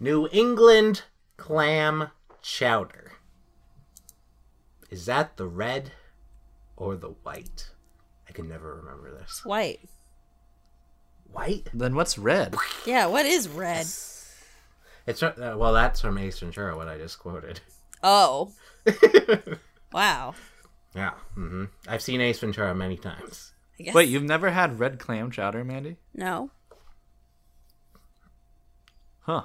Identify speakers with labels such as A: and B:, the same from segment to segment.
A: New England clam chowder. Is that the red or the white? I can never remember this.
B: White.
A: White?
C: Then what's red?
B: Yeah, what is red?
A: It's not- uh, well, that's from Ace Ventura, what I just quoted.
B: Oh. wow.
A: Yeah, hmm I've seen Ace Ventura many times.
B: I guess.
C: Wait, you've never had red clam chowder, Mandy?
B: No.
C: Huh.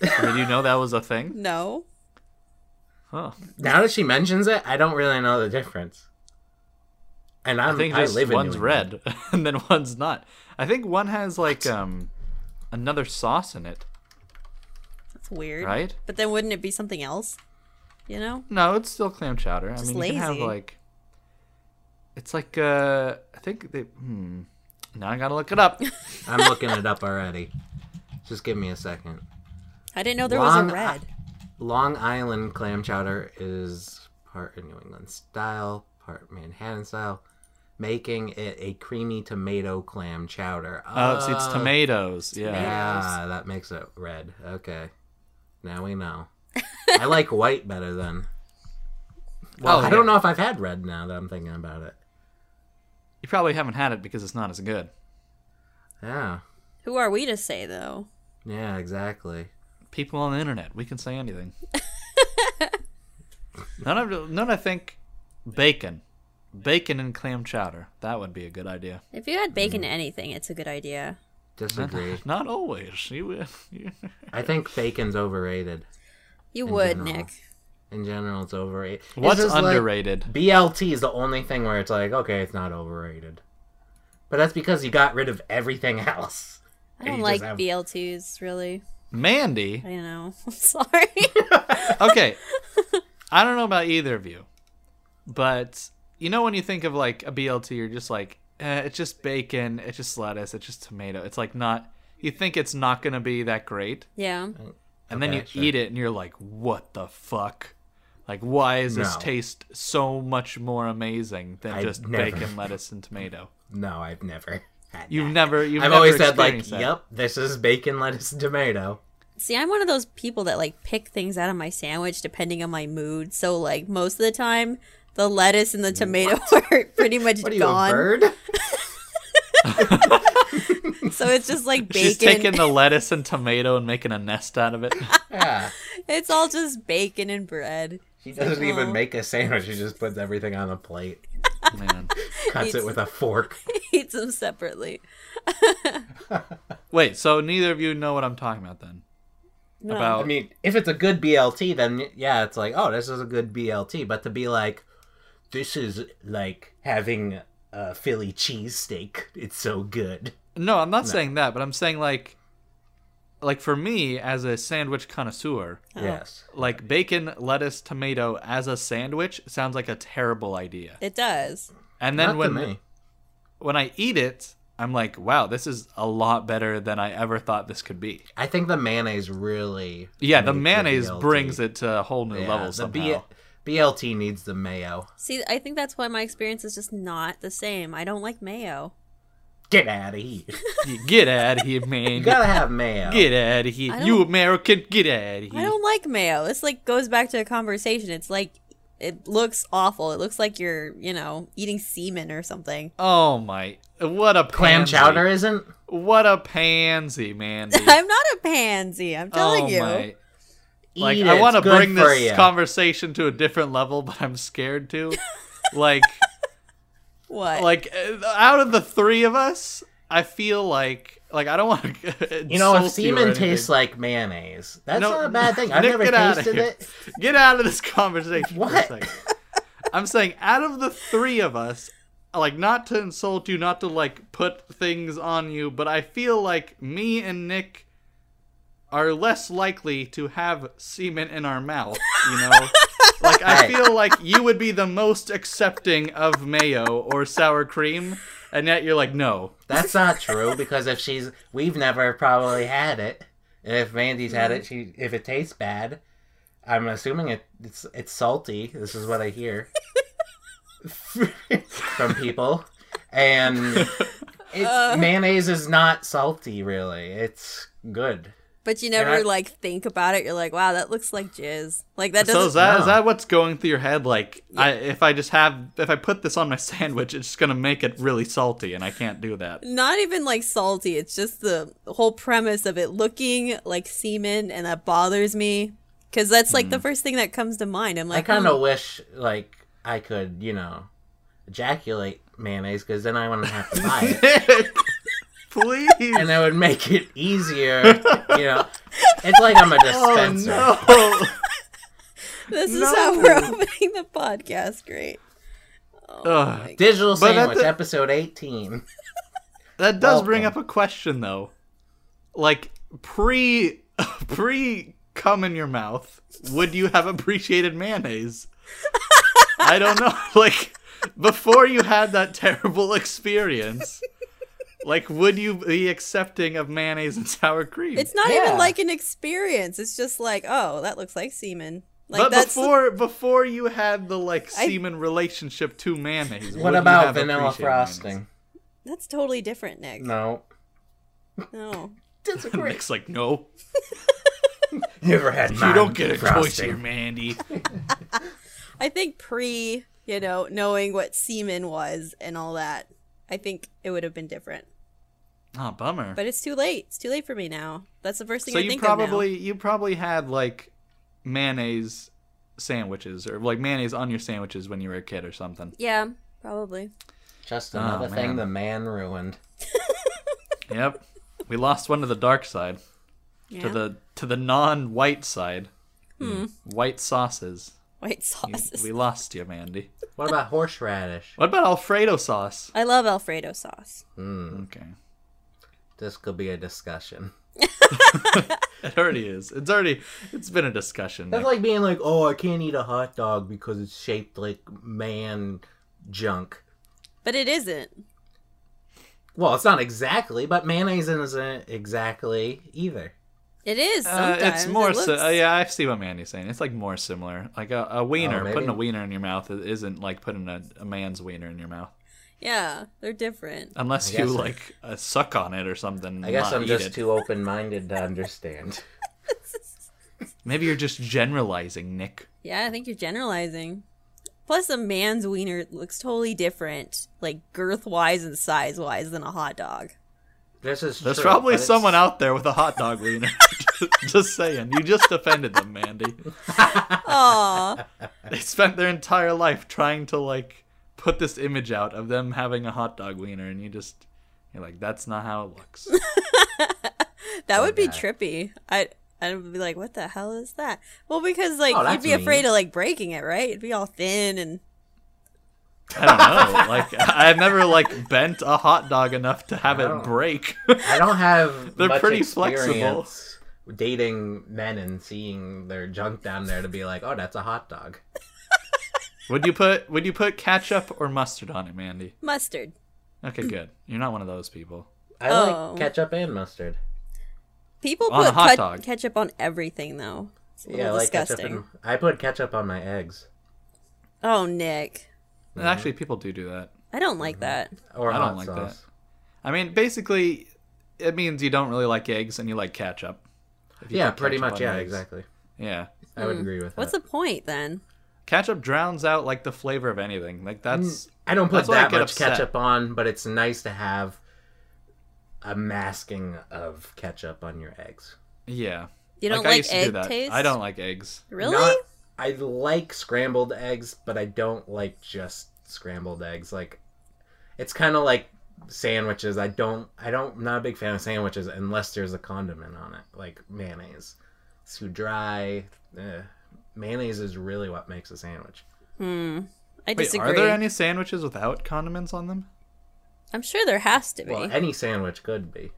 C: Did you know that was a thing?
B: No.
C: Huh.
A: Now that she mentions it, I don't really know the difference. And I'm,
C: I think
A: I
C: just
A: live in
C: one's
A: New England.
C: red and then one's not. I think one has like um another sauce in it,
B: That's weird.
C: right?
B: But then wouldn't it be something else? You know?
C: No, it's still clam chowder. I
B: Just
C: mean, you can have
B: lazy.
C: like it's like uh I think they hmm. Now I gotta look it up.
A: I'm looking it up already. Just give me a second.
B: I didn't know there
A: Long
B: was a red.
A: Long Island clam chowder is part New England style, part Manhattan style, making it a creamy tomato clam chowder.
C: Oh, it's,
A: Uh,
C: it's tomatoes. Yeah.
A: Yeah, that makes it red. Okay. Now we know. I like white better than. Well,
C: Oh,
A: I don't
C: yeah.
A: know if I've had red now that I'm thinking about it.
C: You probably haven't had it because it's not as good.
A: Yeah.
B: Who are we to say though?
A: Yeah, exactly.
C: People on the internet, we can say anything. none of none I think bacon. Bacon and clam chowder. That would be a good idea.
B: If you add bacon
A: Hmm.
B: to anything, it's a good idea.
A: Disagree.
C: Not always. You, you-
A: I think bacon's overrated.
B: You
A: In
B: would,
A: general.
B: Nick.
A: In general, it's overrated. It's
C: What's
A: just like-
C: underrated?
A: BLT is the only thing where it's like, okay, it's not overrated. But that's because you got rid of everything else.
B: I
A: You
B: don't
A: just
B: like
A: have-
B: BLTs really.
C: Mandy.
B: I know. I'm sorry.
C: Okay. I don't know about either of you, but you know when you think of like a BLT, you're just like, eh, it's just bacon, it's just lettuce, it's just tomato. It's like not. You think it's not gonna be that great,
B: yeah.
C: and then
A: Okay,
C: you
A: sure.
C: eat it and you're like, what the fuck? Like, why does this
A: No.
C: taste so much more amazing than
A: I
C: just
A: never-
C: bacon, lettuce, and tomato?
A: No, I've never had
C: You've
A: that.
C: never, you've
A: I've
C: never
A: always said like,
C: experienced that.
A: yep, this is bacon, lettuce, and tomato.
B: See, I'm one of those people that like pick things out of my sandwich depending on my mood. So like most of the time, the lettuce and the tomato are pretty much
A: What are you, a
B: gone.
A: bird?
B: So it's just like
C: She's taking
B: bacon.
C: the lettuce and tomato and making a nest out of it.
A: Yeah.
B: it's all just bacon and bread.
A: She doesn't
B: like,
A: even
B: "Aw."
A: make a sandwich. She just puts everything on a plate,
C: Man.
A: cuts it
B: Eats-
A: with a fork.
B: Eats them separately.
C: Wait, so neither of you know what I'm talking about then?
B: No.
C: About
A: I mean, if it's a good BLT, then yeah, it's like, oh, this is a good BLT. But to be like, this is like having a Philly cheesesteak. It's so good.
C: No, I'm not saying that, but I'm saying like like for me as a sandwich connoisseur,
A: Yes.
C: like bacon, lettuce, tomato as a sandwich sounds like a terrible idea.
B: It does.
C: And then
A: Not
C: when
A: to me.
C: when I eat it, I'm like, wow, this is a lot better than I ever thought this could be.
A: I think the mayonnaise really.
C: Yeah, the
A: made
C: mayonnaise
A: BLT.
C: brings it to a whole new
A: Yeah,
C: level
A: the
C: somehow.
A: B- BLT needs the mayo.
B: See, I think that's why my experience is just not the same. I don't like mayo.
A: Get out of here.
C: You Get out of here,
A: You
C: man.
A: gotta have mayo.
C: Get out of here.
B: I
C: You
B: don't-
C: American, get out of
B: I
C: here.
B: don't like mayo. This like goes back to a conversation. It's like it looks awful. It looks like you're, you know, eating semen or something.
C: Oh my. What a
A: Clam
C: pansy.
A: chowder isn't.
C: What a pansy, Mandy.
B: I'm not a pansy.
C: Oh
B: I'm telling you.
C: Like
A: Eat
C: I
A: it,
C: want to
A: it's good
C: bring
A: for
C: this
A: you.
C: conversation to a different level, but I'm scared to. like,
B: What?
C: like uh, out of the three of us, I feel like like I don't want to.
A: You know, if semen tastes like mayonnaise, that's
C: No,
A: not a bad thing. I've
C: Nick,
A: never
C: get outta
A: tasted
C: here.
A: it.
C: Get out of this conversation. for a
A: What?
C: second. I'm saying, out of the three of us, like, not to insult you, not to, like, put things on you, but I feel like me and Nick are less likely to have semen in our mouth, you know? like, I
A: Right.
C: feel like you would be the most accepting of mayo or sour cream, and yet you're like, no.
A: That's not true because if she's, we've never probably had it. And if Mandy's had it, she if it tastes bad, I'm assuming it, it's it's salty. This is what I hear from people, and it's, mayonnaise is not salty really. It's good.
B: But you never
A: I-
B: like think about it. You're like, wow, that looks like jizz. Like that
C: So
B: doesn't.
C: is that is
A: No.
C: that what's going through your head? Like, I, if I just have if I put this on my sandwich, it's just gonna make it really salty, and I can't do that.
B: not even like salty. It's just the whole premise of it looking like semen, and that bothers me because that's like
C: Mm.
B: the first thing that comes to mind. I'm
A: I
B: like,
A: kind of
B: "Hmm,
A: wish like I could, you know, ejaculate mayonnaise because then I wouldn't have to buy it.
C: Please.
A: and that would make it easier. You know, it's like I'm a
C: Oh
A: dispenser.
C: no.
B: this is
C: no.
B: how we're opening the podcast. Great.
C: Ugh.
A: Digital
C: But at
A: sandwich,
C: the-
A: episode eighteen.
C: That does bring up
A: Welcome.
C: a question though. Like pre pre cum in your mouth, would you have appreciated mayonnaise? I don't know. Like before you had that terrible experience, like would you be accepting of mayonnaise and sour cream?
B: It's not
A: Yeah.
B: even like an experience. It's just like, oh, that looks like semen. Like
C: but
B: that's
C: before before you had the like
B: I-
C: semen relationship to mayonnaise, would
A: What
C: you
A: about
C: have
A: vanilla
C: appreciated mayonnaise?
A: frosting?
B: that's totally different, Nick. No.
A: No, disagree.
C: Nick's like, no,
A: Never had.
C: you don't
A: mine
C: get a choice
A: frosting.
C: here, Mandy.
B: I think pre, you know, knowing what semen was and all that, I think it would have been different.
C: oh, bummer.
B: But it's too late. It's too late for me now. That's the first thing
C: so
B: I
C: you
B: think
C: probably you probably had like mayonnaise sandwiches or like mayonnaise on your sandwiches when you were a kid or something.
B: of now. Yeah, probably.
A: Just
C: Oh,
A: another
C: man.
A: thing the man ruined.
C: yep. We lost one to the dark side,
B: Yeah. Hmm.
C: to the to the non-white side. White sauces.
B: White
C: You-
B: sauces.
C: we lost you, Mandy.
A: What about horseradish?
C: What about alfredo sauce?
B: I love Alfredo sauce.
A: Mm,
C: Okay.
A: this could be a discussion.
C: It already is. It's already it's been a discussion.
A: That's
C: Nick.
A: like being like, oh, I can't eat a hot dog because it's shaped like man junk.
B: But it isn't.
A: Well, it's not exactly, but mayonnaise isn't exactly either.
B: It is
C: Uh,
B: sometimes.
C: it's more
B: It
C: si-
B: looks-
C: uh, yeah, I see what Mandy's saying. It's like more similar. Like a, a wiener,
A: maybe.
C: putting a wiener in your mouth i- isn't like putting a, a man's wiener in your mouth.
B: Yeah, they're different.
C: Unless
A: I
C: you
A: guess I-
C: like uh, suck on it or something.
A: I guess
C: not
A: I'm
C: eat
A: just
C: it.
A: too open minded to understand.
C: Maybe you're just generalizing, Nick.
B: Yeah, I think you're generalizing. Plus, a man's wiener looks totally different, like girth wise and size wise, than a hot dog.
A: This is
C: There's
A: true,
C: probably
A: but it's-
C: someone out there with a hot dog wiener. just saying, you just offended them, Mandy.
B: Aw,
C: They spent their entire life trying to like put this image out of them having a hot dog wiener, and you just you're like, that's not how it looks.
B: that would be
A: God.
B: trippy. I I'd be like, what the hell is that? Well, because like
A: Oh,
B: you'd
A: that's
B: be
A: mean.
B: afraid of like breaking it, right? It'd be all thin and
C: I don't know. Like I- I've never like bent a hot dog enough to have
A: Wow.
C: it break.
A: I don't have.
C: They're
A: much
C: pretty
A: experience Dating men and seeing their junk down there to be like, oh, that's a hot dog.
C: would you put would you put ketchup or mustard on it, Mandy?
B: mustard.
C: Okay, good. You're not one of those people.
A: I
B: Oh.
A: like ketchup and mustard.
B: People
C: On a
B: put
C: hot
B: cut-
C: dog.
B: ketchup on everything, though. It's a little
A: Yeah, I like
B: disgusting.
A: ketchup. And, I put ketchup on my eggs
B: Oh, Nick,
C: Actually, people do do that.
B: I don't like that.
A: or
C: I
A: hot
C: don't like
A: sauce.
C: I mean, basically, it means you don't really like eggs and you like ketchup. If you
A: Yeah,
C: put
A: pretty
C: ketchup
A: much.
C: on
A: Yeah,
C: eggs.
A: exactly.
C: Yeah,
A: I would agree with
B: Hmm. What's
A: that.
B: the point then?
C: ketchup drowns out like the flavor of anything.
A: Mm.
C: Like that's
A: I don't put
C: That's why I
A: that
C: get
A: much
C: upset.
A: ketchup on, but it's nice to have a masking of ketchup on your eggs.
C: yeah.
B: You don't
C: I
B: like
C: used to
B: egg
C: do that.
B: taste?
C: I don't like eggs.
B: Really?
A: Not- I like scrambled eggs, but I don't like just scrambled eggs. Like it's kind of like sandwiches. I don't I don't I'm not a big fan of sandwiches unless there's a condiment on it, like mayonnaise. It's too dry. eh. Mayonnaise is really what makes a sandwich.
B: Hmm. I
C: Wait,
B: disagree.
C: are there any sandwiches without condiments on them?
B: I'm sure there has to be.
A: Well, any sandwich could be.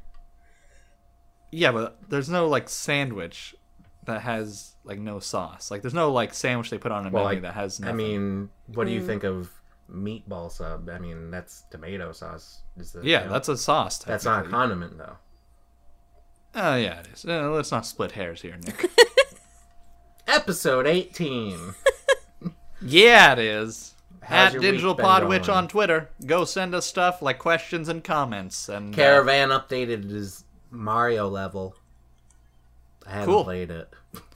C: Yeah, but there's no like sandwich that has like no sauce. Like there's no like sandwich they put on a
A: Well,
C: menu
A: I-
C: that has. Nothing.
A: I mean, what do you think of meatball sub? I mean, that's tomato sauce. Is that
C: yeah,
A: count?
C: that's a sauce.
A: that's not a
C: technically.
A: condiment though.
C: Oh yeah, it is. Uh, let's not split hairs here, Nick.
A: Episode 18.
C: Yeah, it is.
A: How's
C: At
A: your week
C: Digital
A: been
C: Pod Witch
A: going?
C: on Twitter. Go send us stuff like questions and comments and uh,
A: Caravan updated his Mario level. I haven't
C: Cool.
A: played it,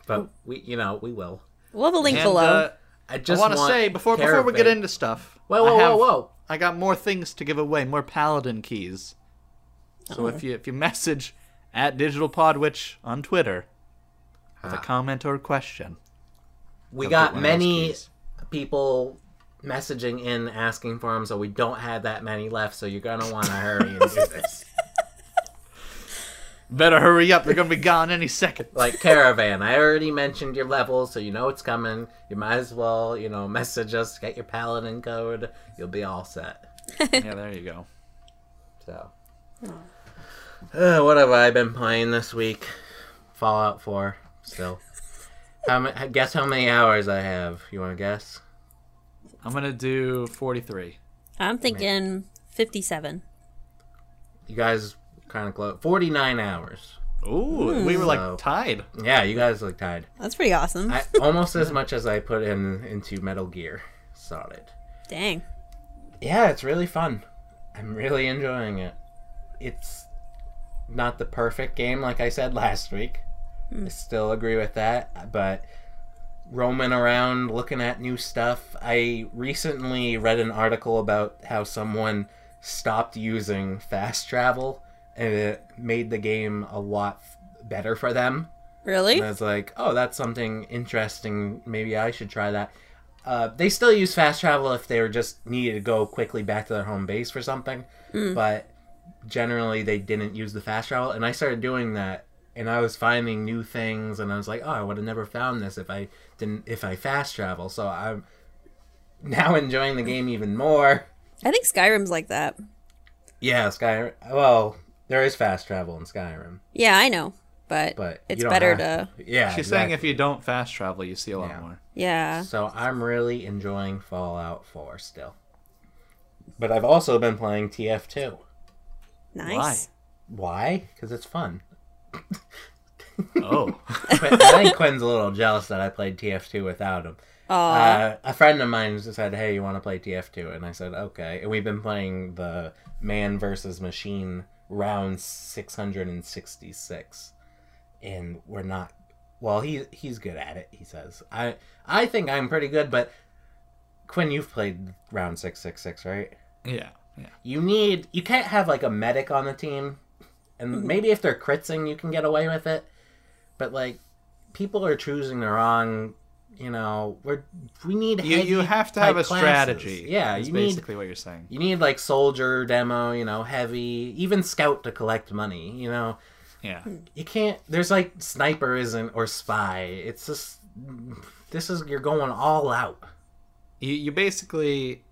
A: but we, you know, we will.
B: We'll have a link
C: And,
B: below.
C: uh,
A: I just
C: I want to
A: want
C: say before before we get
A: Caravan-
C: into stuff.
A: Whoa,
C: I
A: whoa,
C: have-
A: whoa, whoa!
C: I got more things to give away, more paladin keys. So if you if you message at Digital Podwitch on Twitter with a comment or a question,
A: Ah. We
C: you'll get
A: got
C: one of those
A: many
C: keys.
A: people messaging in asking for them, so we don't have that many left. So you're gonna want to hurry and do this.
C: Better hurry up! They're gonna be gone any second.
A: Like caravan, I already mentioned your level, so you know it's coming. You might as well, you know, message us, get your paladin code. You'll be all set.
C: yeah, there you go.
A: So, uh, what have I been playing this week? Fallout Four. Still. How ma- guess how many hours I have? You want to guess?
C: I'm gonna do 43.
B: I'm thinking 57.
A: You guys kind of close. Forty nine hours.
C: Ooh, we were
A: So-
C: like tied.
A: Yeah, you guys look tied.
B: That's pretty awesome.
A: I, almost as much as I put in into Metal Gear Solid.
B: Dang.
A: Yeah, it's really fun. I'm really enjoying it. It's not the perfect game, like I said last week. I still agree with that, but roaming around, looking at new stuff. I recently read an article about how someone stopped using fast travel and it made the game a lot f- better for them.
B: Really?
A: And it's like, oh, that's something interesting. Maybe I should try that. Uh, they still use fast travel if they were just needed to go quickly back to their home base for something, but generally they didn't use the fast travel. And I started doing that, and I was finding new things, and I was like, oh, I would have never found this if I didn't if I fast travel. So I'm now enjoying the game even more.
B: I think Skyrim's like that.
A: Yeah, Skyrim. Well, there is fast travel in Skyrim,
B: Yeah, I know, but,
A: but you
B: it's
A: don't
B: better to.
A: have Yeah,
C: She's saying if you don't fast travel, you see a lot
A: Yeah.
C: more.
B: Yeah.
A: So I'm really enjoying Fallout 4 still. But I've also been playing TF2.
B: Nice.
A: Why? Because it's fun.
C: Oh,
A: But I think Quinn's a little jealous that I played TF2 without him.
B: Aw.
A: Uh, a friend of mine said, "Hey, you want to play TF2?" And I said, "Okay." And we've been playing the man versus machine round 666, and we're not. Well, he he's good at it. He says, "I I think I'm pretty good." But Quinn, you've played round 666, right?
C: yeah, yeah.
A: you need you can't have like a medic on the team and
C: Hmm.
A: maybe if they're critzing you can get away with it but like people are choosing the wrong you know we're we need
C: You you
A: heavy
C: have to have a
A: type classes.
C: strategy.
A: yeah
C: is
A: you need
C: basically what you're saying.
A: you need like soldier demo you know heavy even scout to collect money you know
C: Yeah,
A: you can't there's like sniper isn't or spy it's just this is you're going all out
C: you you basically,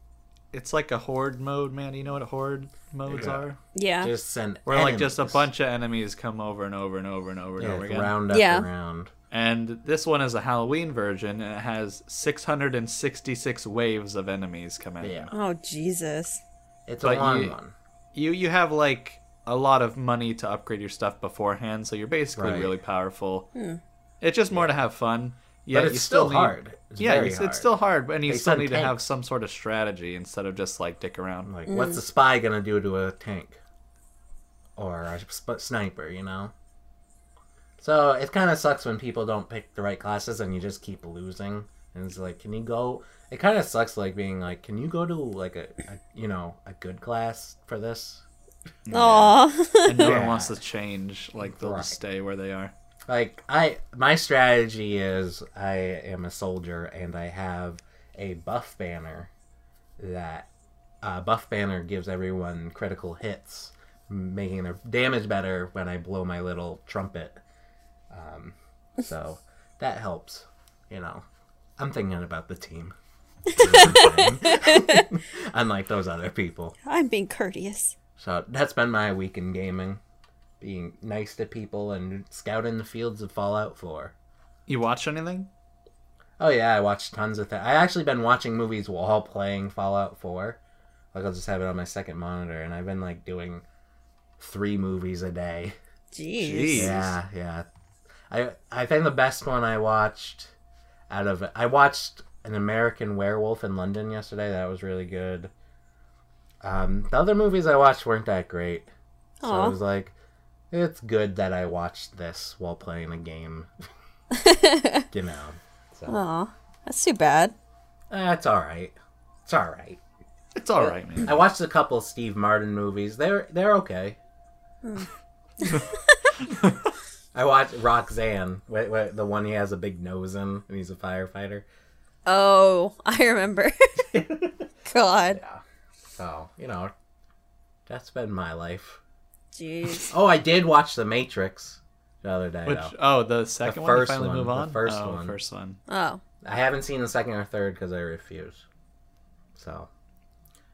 C: it's like a horde mode, man. You know what horde modes
A: Yeah.
C: are?
B: yeah.
A: just send
C: Where like just a
A: enemies.
C: bunch of enemies come over and over and over and over and
A: yeah,
C: over again.
A: round up
B: Yeah.
A: around
C: And this one is a Halloween version, and it has 666 waves of enemies come at
A: yeah
C: you.
B: oh, Jesus.
A: it's
C: But
A: a long
C: you-
A: one
C: You you have like a lot of money to upgrade your stuff beforehand, so you're basically
A: Right.
C: really powerful. It's just more to have fun. Yeah,
A: but it's
C: you
A: still,
C: need-
A: hard. It's
C: yeah,
A: very
C: it's,
A: hard.
C: it's still hard, but- and you
A: They
C: still
A: send
C: need to have
A: tanks.
C: some sort of strategy instead of just like dick around.
A: like what's the spy gonna do to a tank or a sp- sniper? You know. So it kind of sucks when people don't pick the right classes and you just keep losing. And it's like, can you go? It kind of sucks, like being like, can you go to like a, a you know a good class for this?
B: Aw.
C: and no one
A: Yeah.
C: wants to change. Like they'll just
A: Right.
C: stay where they are.
A: Like I, my strategy is I am a soldier and I have a buff banner that uh, buff banner gives everyone critical hits, making their damage better when I blow my little trumpet. Um, so that helps, you know. I'm thinking about the team. Unlike those other people.
B: I'm being courteous.
A: So that's been my week in gaming. Being nice to people and scouting the fields of Fallout 4.
C: You watch anything?
A: Oh yeah, I watched tons of things. I actually been watching movies while playing Fallout 4. Like I'll just have it on my second monitor, and I've been like doing three movies a day.
B: Jeez.
C: Jeez.
A: Yeah, yeah. I I think the best one I watched out of I watched an American Werewolf in London yesterday. That was really good. Um, the other movies I watched weren't that great. So
B: Aw.
A: it was like it's good that I watched this while playing a game. you know, so
B: Oh, that's too bad.
A: that's all right. It's all right.
C: It's all right, man.
A: I watched a couple Steve Martin movies. They're they're okay.
C: Hmm.
A: I watched Roxanne, wh- wh- the one he has a big nose in, and he's a firefighter.
B: Oh, I remember. God.
A: So you know, that's been my life.
B: Jeez.
A: Oh, I did watch The Matrix the other day.
C: Which
A: though.
C: oh, the second one. to
A: first
C: finally
A: one,
C: move
A: the
C: on.
A: first
C: oh,
A: one.
C: First one.
B: Oh.
A: I haven't seen the second or third because I refuse. So,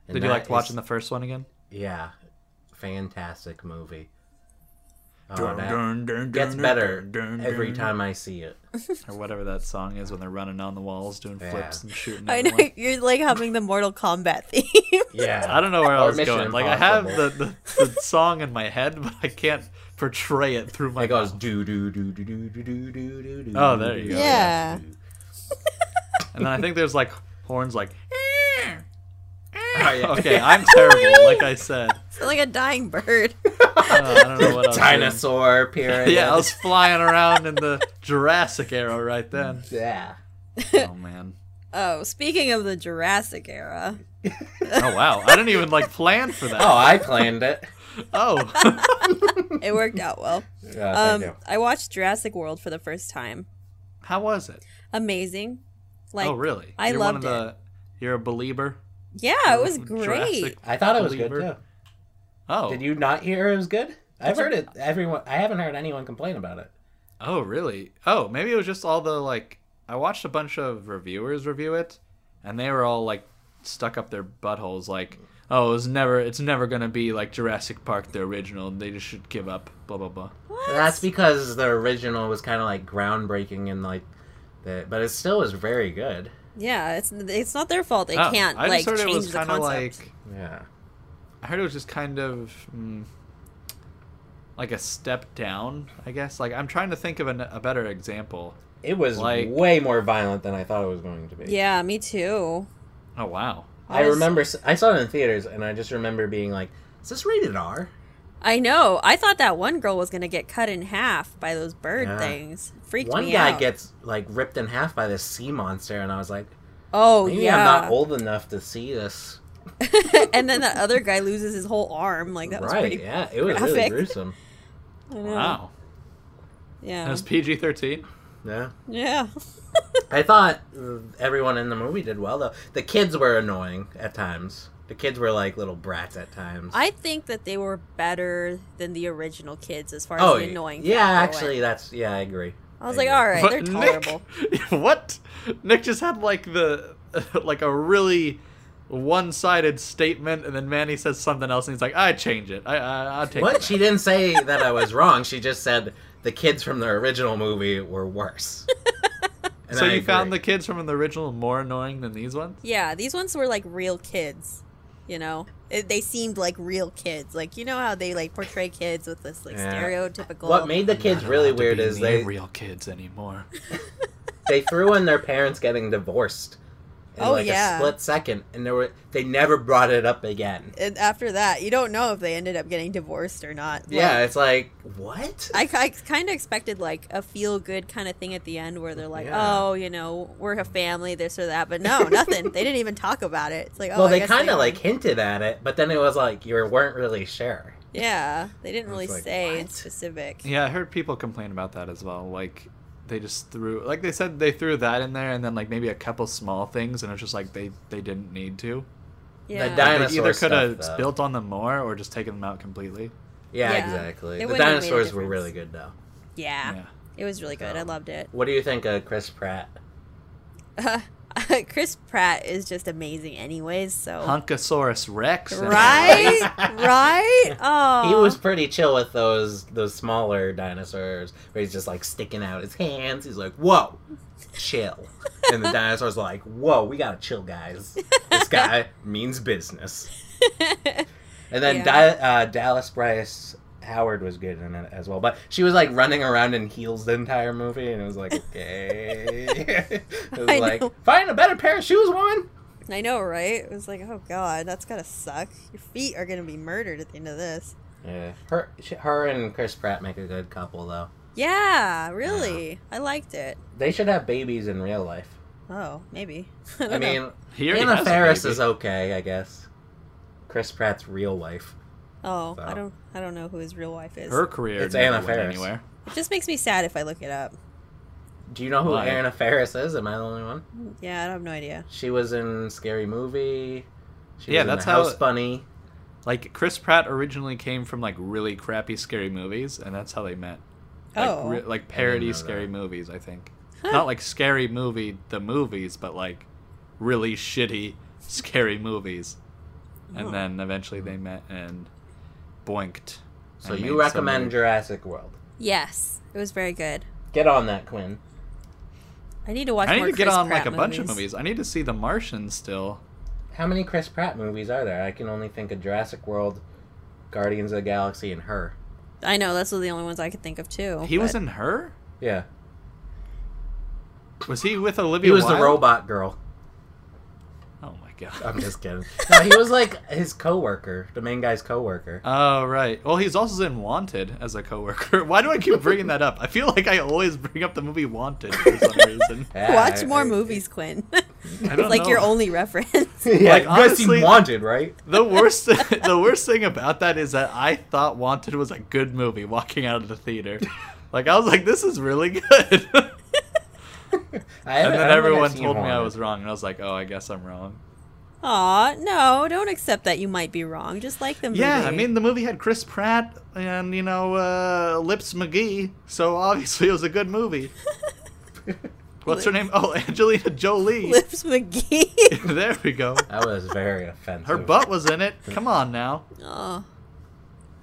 A: and
C: Did you
A: that
C: like
A: is-
C: watching the first one again?
A: Yeah, fantastic movie. Oh,
C: Dun,
A: that
C: dun, dun,
A: gets
C: dun,
A: better
C: dun, dun,
A: every
C: dun.
A: time I see it.
C: or whatever that song is when they're running on the walls doing
A: Yeah.
C: flips and shooting.
B: I know
C: everyone.
B: you're like having the Mortal Kombat theme.
A: Yeah,
C: I don't know where I
A: Or
C: was
A: Mission
C: going. Like I have
A: Impossible.
C: the, the, the song in my head, but I can't portray it through my.
A: It goes
C: mouth.
A: do do do do do do do do do do.
C: Oh, there you go.
B: Yeah.
C: and then I think there's like horns, like
A: Oh, yeah.
C: okay, I'm terrible. Like I said,
B: Sound like a dying bird.
C: Uh, I don't know what I was doing.
A: Dinosaur period.
C: Yeah, I was flying around in the Jurassic era right then.
A: yeah.
C: Oh man.
B: Oh, speaking of the Jurassic era.
C: Oh wow. I didn't even like plan for that.
A: Oh, I planned it.
C: Oh.
B: It worked out well.
A: Yeah, thank
B: Um,
A: you.
B: I watched Jurassic World for the first time.
C: How was it?
B: Amazing. Like,
C: oh really?
B: I
C: you're
B: loved
C: one of the you're a believer?
B: yeah, it was great.
C: Jurassic-
A: I thought it was good
C: Believer.
A: too.
C: Oh.
A: Did you not hear it was good? I've
B: That's a-
A: heard it. Everyone, I haven't heard anyone complain about it.
C: Oh, really? Oh, maybe it was just all the like. I watched a bunch of reviewers review it, and they were all like stuck up their buttholes, like, "Oh, it's never, it's never gonna be like Jurassic Park the original. They just should give up." Blah blah blah.
B: What?
A: That's because the original was kind of like groundbreaking and like, the, but it still was very good.
B: yeah, it's it's not their fault. They
C: Oh,
B: can't
C: I
B: like
C: just heard
B: change
C: it was
B: the
C: kind of
B: concept.
C: like.
A: Yeah.
C: I heard it was just kind of. Mm, like a step down, I guess. Like I'm trying to think of an, a better example.
A: It was
C: Like-
A: way more violent than I thought it was going to be.
B: yeah, me too.
C: Oh wow.
A: I
B: Yes.
A: remember s- I saw it in theaters, and I just remember being like, "Is this rated R?"
B: I know. I thought that one girl was gonna get cut in half by those bird
A: Yeah.
B: things. Freaked
A: One
B: me
A: guy
B: out.
A: gets like ripped in half by this sea monster, and I was like,
B: oh
A: "Maybe
B: yeah,
A: I'm not old enough to see this."
B: and then the other guy loses his whole arm. Like that was
A: right?
B: pretty.
A: yeah, it was really
B: graphic.
A: gruesome.
B: I know.
C: Wow. That
B: Yeah.
C: was PG-13.
A: Yeah,
B: Yeah.
A: I thought uh, everyone in the movie did well though. The kids were annoying at times. The kids were like little brats at times.
B: I think that they were better than the original kids as far as the annoying.
A: Oh, Yeah,
B: factor
A: actually,
B: went.
A: that's yeah, I agree.
B: I was
A: I
B: like,
A: agree.
B: all right, they're
C: But
B: tolerable.
C: Nick, what? Nick just had like the like a really one-sided statement, and then Manny says something else, and he's like, "I change it. I I, I take
A: What?
C: it."
A: She didn't say that I was wrong. She just said the kids from the original movie were worse. And
C: so
A: I
C: you found the
A: agree.
C: kids from the original more annoying than these ones?
B: Yeah, these ones were like real kids. You know, it, they seemed like real kids. Like you know how they like portray kids with this like
A: Yeah.
B: stereotypical.
A: what made the kids really weird is they
C: real kids anymore.
A: they threw in their parents getting divorced in
B: Oh,
A: like
B: yeah.
A: a split second, and there were they never brought it up again.
B: and after that, you don't know if they ended up getting divorced or not. Like,
A: yeah, it's like what?
B: I, kind of expected like a feel good kind of thing at the end where they're like,
A: Yeah.
B: oh, you know, we're a family, this or that. But no, nothing. they didn't even talk about it. It's like, oh,
A: well,
B: I
A: they
B: guess
A: kind of
B: are.
A: like hinted at it, but then it was like you weren't really sure.
B: Yeah, they didn't
A: I
B: really
A: was like,
B: say in
A: what?
B: specific.
C: Yeah, I heard people complain about that as well. Like they just threw like they said they threw that in there, and then like maybe a couple small things, and it's just like they they didn't need to.
B: Yeah.
A: di-
C: Like, they
A: Dinosaur
C: either could
A: stuff, though.
C: have built on them more or just taken them out completely.
A: Yeah,
B: Yeah.
A: exactly.
B: It
A: the
B: wouldn't have made a
A: dinosaurs were
B: difference.
A: really good though.
B: yeah.
C: yeah.
B: It was really good. I loved it.
A: What do you think of Chris Pratt?
B: Chris Pratt is just amazing, anyways. So
C: Hunkosaurus Rex. and-
B: right, right. Oh,
A: He was pretty chill with those those smaller dinosaurs, where he's just like sticking out his hands. He's like, "Whoa, chill," and the dinosaurs are like, "Whoa, we gotta chill, guys. This guy means business." And then
B: Yeah.
A: Di- uh, Dallas Bryce Howard was good in it as well, but she was like running around in heels the entire movie, and it was like, okay, it was
B: I
A: like,
B: know.
A: find a better pair of shoes, woman.
B: I know, right? It was like, oh god, that's gotta suck. Your feet are gonna be murdered at the end of this.
A: Yeah, her, she, her and Chris Pratt make a good couple though.
B: Yeah, really. I liked it.
A: They should have babies in real life.
B: Oh, maybe.
A: I,
B: don't know.
A: mean,
C: Here
A: Anna Faris is okay, I guess. Chris Pratt's real wife.
B: oh,
A: so.
B: I don't, I don't know who his real wife is.
C: her career.
A: It's
C: never
A: Anna
C: went
A: Faris.
C: anywhere.
B: It just makes me sad if I look it up.
A: Do you know who
C: Why?
A: Anna Faris is? Am I the only one?
B: Yeah, I have no idea.
A: She was in Scary Movie. She
C: Yeah,
A: was
C: that's
A: in the
C: how-
A: House Bunny.
C: Like Chris Pratt originally came from like really crappy scary movies, and that's how they met. Like,
B: Oh.
C: re- like parody
A: know
C: scary
A: that.
C: movies, I think.
B: Huh.
C: Not like scary movie the movies, but like really shitty scary movies. And
B: Oh.
C: then eventually they met and boinked.
A: So
C: and
A: you
C: made some
A: recommend
C: weird-
A: Jurassic World?
B: Yes, it was very good.
A: Get on that, Quinn.
B: I need to watch.
C: I need
B: more
C: to get
B: Chris
C: on
B: Pratt
C: like a bunch of movies. I need to see The Martian still.
A: How many Chris Pratt movies are there? I can only think of Jurassic World, Guardians of the Galaxy, and her.
B: I know that's the only ones I could think of too.
C: He was
B: Oh, but-
C: in her?
A: Yeah,
C: Was he with Olivia?
A: he was the
C: Wilde?
A: robot girl.
C: Oh my god.
A: I'm just kidding. No, he was like his coworker, the main guy's coworker.
C: Oh right. Well, he's also in Wanted as a coworker. Why do I keep bringing that up? I feel like I always bring up the movie Wanted for some reason.
A: Yeah,
B: Watch
A: I-
B: more
A: I-
B: movies, Quinn.
C: I don't
B: like
C: know.
B: your only reference.
A: yeah,
C: Like,
A: you guys seem
C: honestly-
A: wanted, right?
C: The worst, the worst thing about that is that I thought Wanted was a good movie. Walking out of the theater, like I was like, this is really good.
A: I
C: and
A: haven't- I
C: then
A: don't think I've
C: everyone
A: seen
C: told me I
A: Wanted.
C: was wrong, and I was like, oh, I guess I'm wrong.
B: Aw, no, don't accept that you might be wrong. Just like the movie.
C: Yeah, I mean the movie had Chris Pratt and you know uh, Lips McGee, so obviously it was a good movie. What's her name? Oh, Angelina Jolie.
B: Lips McGee.
C: there we go.
A: That was very offensive.
C: Her butt was in it. Come on now.
B: oh, all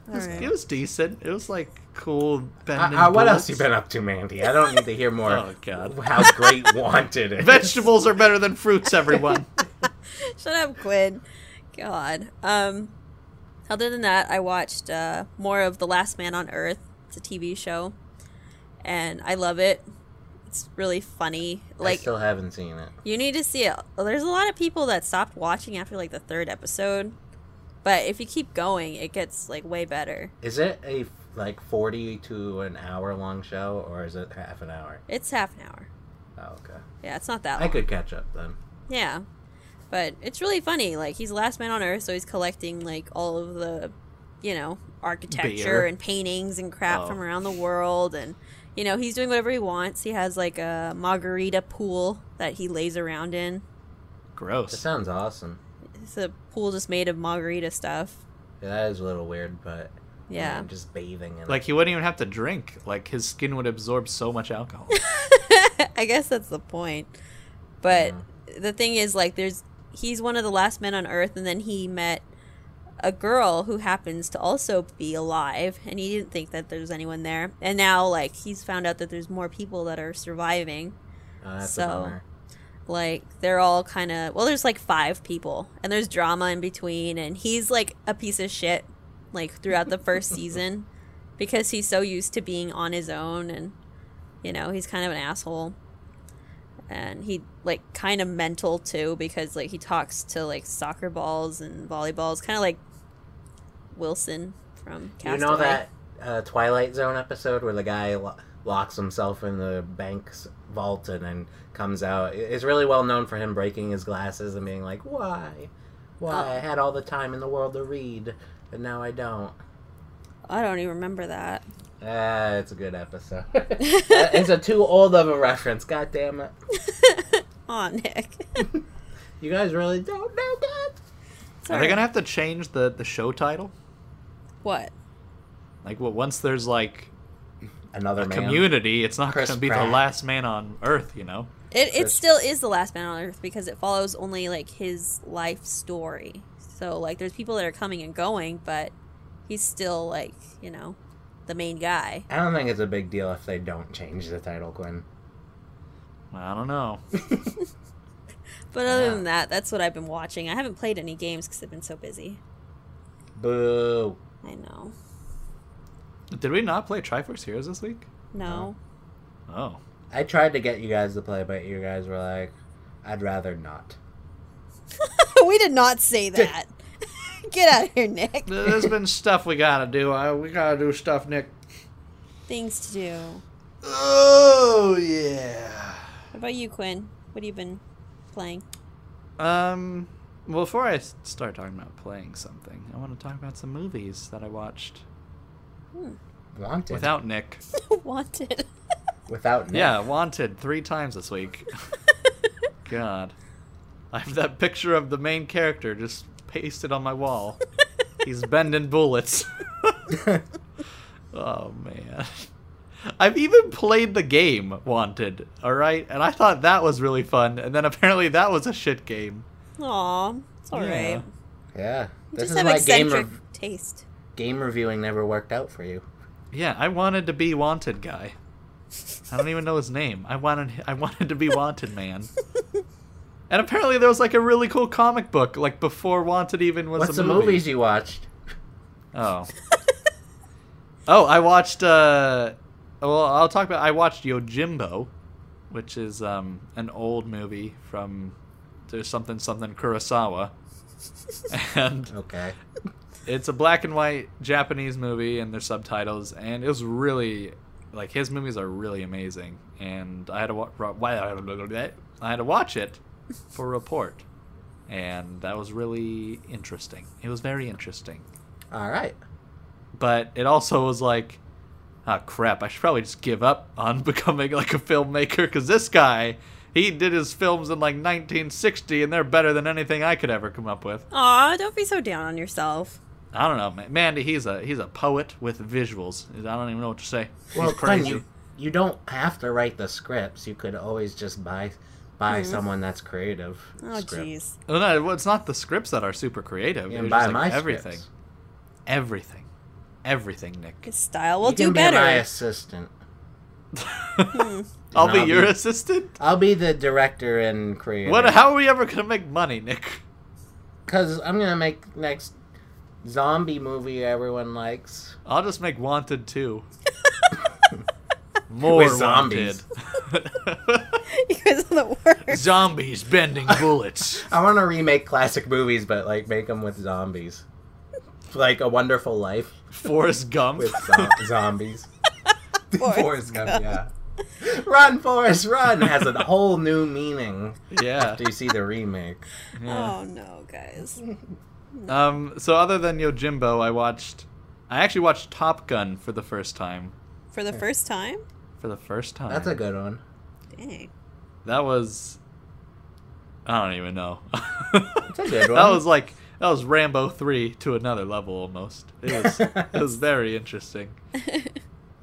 C: It was,
B: right.
C: it was decent. It was like cool. Ben
A: I, I, Uh, what else you been up to, Mandy? I don't need to hear more.
C: Oh, God.
A: How great Wanted is.
C: Vegetables are better than fruits, everyone.
B: Shut up, Quinn. God. Um. Other than that, I watched uh, more of The Last Man on Earth. It's a TV show, and I love it. It's really funny.
A: I
B: Like
A: still haven't seen it.
B: You need to see it. There's a lot of people that stopped watching after like the third episode, but if you keep going, it gets like way better.
A: Is it a like forty to an hour long show, or is it half an hour?
B: It's half an hour.
A: Oh, okay.
B: Yeah, it's not that
A: I
B: long.
A: could catch up then.
B: Yeah, but it's really funny. Like he's the last man on Earth, so he's collecting like all of the, you know, architecture
C: Beer.
B: and paintings and crap
C: Oh.
B: from around the world, and you know he's doing whatever he wants. He has like a margarita pool that he lays around in.
A: That
C: Gross.
A: sounds awesome.
B: It's a pool just made of margarita stuff.
A: Yeah, that is a little weird, but
B: Yeah.
A: I'm just bathing in
C: Like he wouldn't even have to drink. Like his skin would absorb so much alcohol.
B: I guess that's the point. But the thing is, like, there's he's one of the last men on Earth, and then he met a girl who happens to also be alive, and he didn't think that there's anyone there. And now, like, he's found out that there's more people that are surviving.
A: it. Oh, that's
B: so-
A: a bummer.
B: Like, they're all kind of well, there's like five people, and there's drama in between, and he's like a piece of shit, like, throughout the first season because he's so used to being on his own and you know he's kind of an asshole and he like kind of mental too because like he talks to like soccer balls and volleyballs kind of like wilson from
A: You
B: Castaway.
A: know that uh, Twilight Zone episode where the guy lo- locks himself in the bank's vault and then comes out? I- It's really well known for him breaking his glasses and being like, "Why? Why?
B: Oh.
A: I had all the time in the world to read, and now I don't."
B: i don't even remember that
A: Ah, it's a good episode. it's a too old of a reference. God damn it!
B: oh nick
A: You guys really don't know God.
C: Are they gonna have to change the the show title?
B: what
C: Like, well, once there's like
A: Another man.
C: community, it's not
A: Chris
C: gonna be the
A: Pratt.
C: last man on Earth, you know.
B: it, it
A: Chris-
B: still is the last man on earth because it follows only like his life story so like there's people that are coming and going but he's still like you know the main guy
A: I don't think it's a big deal if they don't change the title, Quinn.
C: I don't know.
B: But other
A: Yeah.
B: than that, that's what I've been watching. I haven't played any games because I've been so busy.
A: Boo.
B: I know.
C: Did we not play Triforce Heroes this week?
B: No.
C: Oh,
A: I tried to get you guys to play, but you guys were like, I'd rather not.
B: we did not say that. Get out of here, Nick.
C: There's been stuff we gotta do. I, we gotta do stuff, Nick.
B: Things to do.
C: Oh yeah.
B: What about you, Quinn? What have you been playing?
C: Um. Well, before I s- start talking about playing something, I want to talk about some movies that I watched
A: Wanted.
C: without Nick.
B: Wanted.
A: Without Nick.
C: Yeah, wanted three times this week. God. I have that picture of the main character just pasted on my wall. He's bending bullets. oh, man. I've even played the game Wanted, alright? And I thought that was really fun, and then apparently that was a shit game.
B: Aw, it's all
C: Yeah.
B: right.
A: Yeah.
B: You
A: This
B: Just
A: is
B: have
A: why game,
B: eccentric
A: rev-
B: taste.
A: game reviewing never worked out for you.
C: Yeah, I wanted to be Wanted guy. I don't even know his name. I wanted I wanted to be Wanted man. And apparently there was like a really cool comic book like before Wanted even was
A: What's
C: a
A: the
C: movie.
A: movies you watched?
C: Oh. oh, I watched. uh Well, I'll talk about. I watched Yojimbo, which is um an old movie from there's something something Kurosawa, and
A: Okay.
C: it's a black and white Japanese movie, and there's subtitles, and it was really like his movies are really amazing, and I had to wa- ro- why I had to watch it for a report, and that was really interesting. It was very interesting
A: All right.
C: but it also was like oh crap i should probably just give up on becoming like a filmmaker because this guy he did his films in like 1960 and they're better than anything i could ever come up with
B: Aw, don't be so down on yourself.
C: i don't know man mandy he's a he's a poet with visuals i don't even know what to say
A: Well,
C: he's
A: Glenn,
C: crazy
A: you, you don't have to write the scripts. You could always just buy buy someone that's creative.
B: Mm-hmm. Oh,
A: script.
B: jeez.
C: Well, no, well, it's not the scripts that are super creative
A: You
C: It
A: can
C: was
A: buy
C: just,
A: my
C: like, everything
A: scripts.
C: everything everything nick
B: Good style. We'll
A: you
B: do
A: can
B: better.
A: be my assistant.
C: i'll be
A: I'll
C: your
A: be-
C: assistant
A: I'll be the director and creator.
C: what how are we ever gonna make money nick
A: Because I'm gonna make next zombie movie everyone likes.
C: I'll just make Wanted 2. More
A: With zombies.
C: Wanted.
B: you guys are the worst.
C: zombies bending bullets.
A: I want to remake classic movies, but like make them with zombies, like A Wonderful Life
C: Forrest Gump.
A: with zo- zombies.
B: Forrest
A: Gump, yeah. Run, Forrest, run has a whole new meaning
C: Yeah.
A: after you see the remake.
C: yeah.
B: Oh no, guys.
C: Um. So other than Yojimbo, I watched. I actually watched Top Gun for the first time.
B: For the first time?
C: For the first time.
A: That's a good one.
B: Dang.
C: That was. I don't even know.
A: a good
C: That
A: one.
C: was like that was Rambo three to another level almost. It was it was very interesting.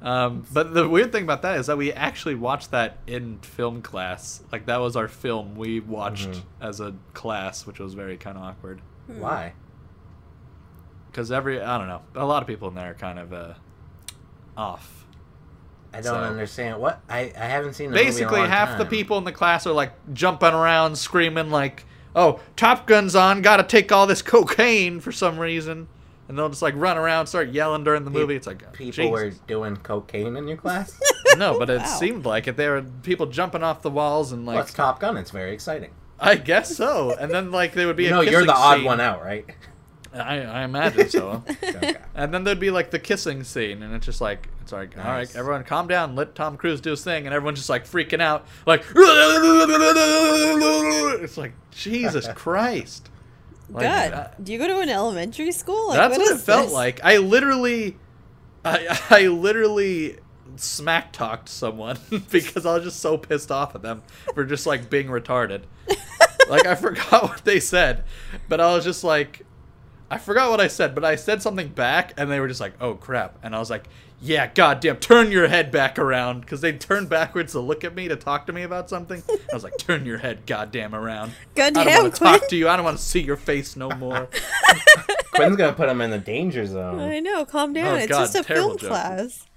C: Um, but the weird thing about that is that we actually watched that in film class. Like that was our film we watched
A: Mhm.
C: as a class, which was very kind of awkward.
A: Why?
C: Because every I don't know, a lot of people in there are kind of uh, off.
A: I don't
C: So-
A: understand. What? I, I haven't seen the movie in a
C: Basically,
A: long
C: half the
A: time.
C: people in the class are like jumping around, screaming like, "Oh, Top Gun's on! Gotta take all this cocaine for some reason." And they'll just like run around, start yelling during the movie. It's like
A: People
C: "Jesus."
A: were doing cocaine in your class?
C: no, but it
B: Wow.
C: seemed like it. There were people jumping off the walls and like
A: What's Top Gun? It's very exciting.
C: I guess so. And then like there would be
A: You
C: a
A: know, you're
C: kissing
A: the odd
C: scene.
A: one out, right?
C: I, I imagine so.
A: Okay.
C: and then there'd be like the kissing scene, and it's just like it's like all right,
A: Nice.
C: everyone calm down, let Tom Cruise do his thing, and everyone's just like freaking out, like it's like Jesus Christ. Like,
B: God,
C: uh,
B: do you go to an elementary school? Like,
C: that's what, it
B: is
C: felt
B: this?
C: like. I literally, I I literally smack talked someone because I was just so pissed off at them for just like being retarded. like I forgot what they said, but I was just like, I forgot what I said, but I said something back, and they were just like, "Oh crap!" And I was like, "Yeah, goddamn, turn your head back around," because they turned backwards to look at me to talk to me about something. I was like, "Turn your head, goddamn, around." I don't
B: Goddamn,
C: want to talk
B: Quinn.
C: to you. I don't want to see your face no more.
A: Quinn's gonna put him in the danger zone.
B: I know, calm down.
C: Oh,
B: it's
C: God,
B: just a
C: terrible
B: film
C: joke.
B: class.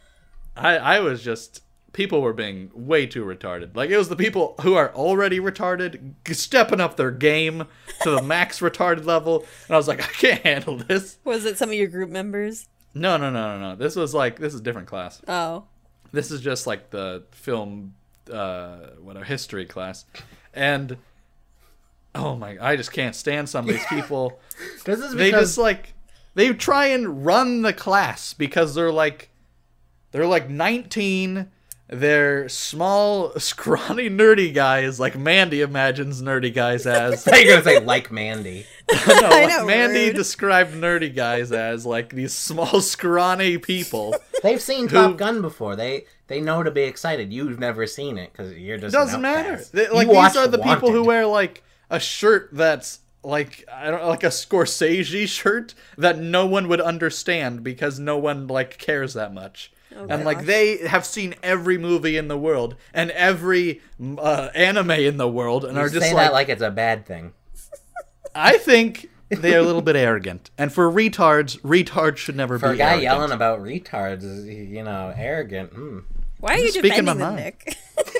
C: I, I was just people were being way too retarded. Like it was the people who are already retarded g- stepping up their game to the max retarded level, and I was like, I can't handle this.
B: Was it some of your group members?
C: No, no, no, no, no. This was like this is a different class.
B: Oh.
C: This is just like the film, uh, what a history class, and oh my i just can't stand some of these people
A: This is because
C: they just like they try and run the class because they're like they're like 19 they're small scrawny nerdy guys like mandy imagines nerdy guys as
A: I thought you were gonna say like Mandy.
C: no, like
B: know,
C: mandy
B: rude.
C: described nerdy guys as like these small scrawny people
A: They've seen Top Gun before. They they know to be excited. You've never seen it because you're just an
C: doesn't matter.
A: outcast.
C: They-
A: You
C: like
A: watched
C: these are the people who
A: Wanted.
C: wear like a shirt that's like I don't like a Scorsese shirt that no one would understand because no one like cares that much.
B: Oh
C: and like
B: gosh.
C: they have seen every movie in the world and every mm, uh, anime in the world and are
A: You
C: just
A: say
C: like,
A: that like it's a bad thing.
C: I think they're a little bit arrogant. And for retards, retards should never
A: For a
C: be
A: guy
C: arrogant.
A: yelling about retards is you know arrogant. Hmm.
B: Why are you
C: speaking my
B: defending them,
C: mind.
B: Nick?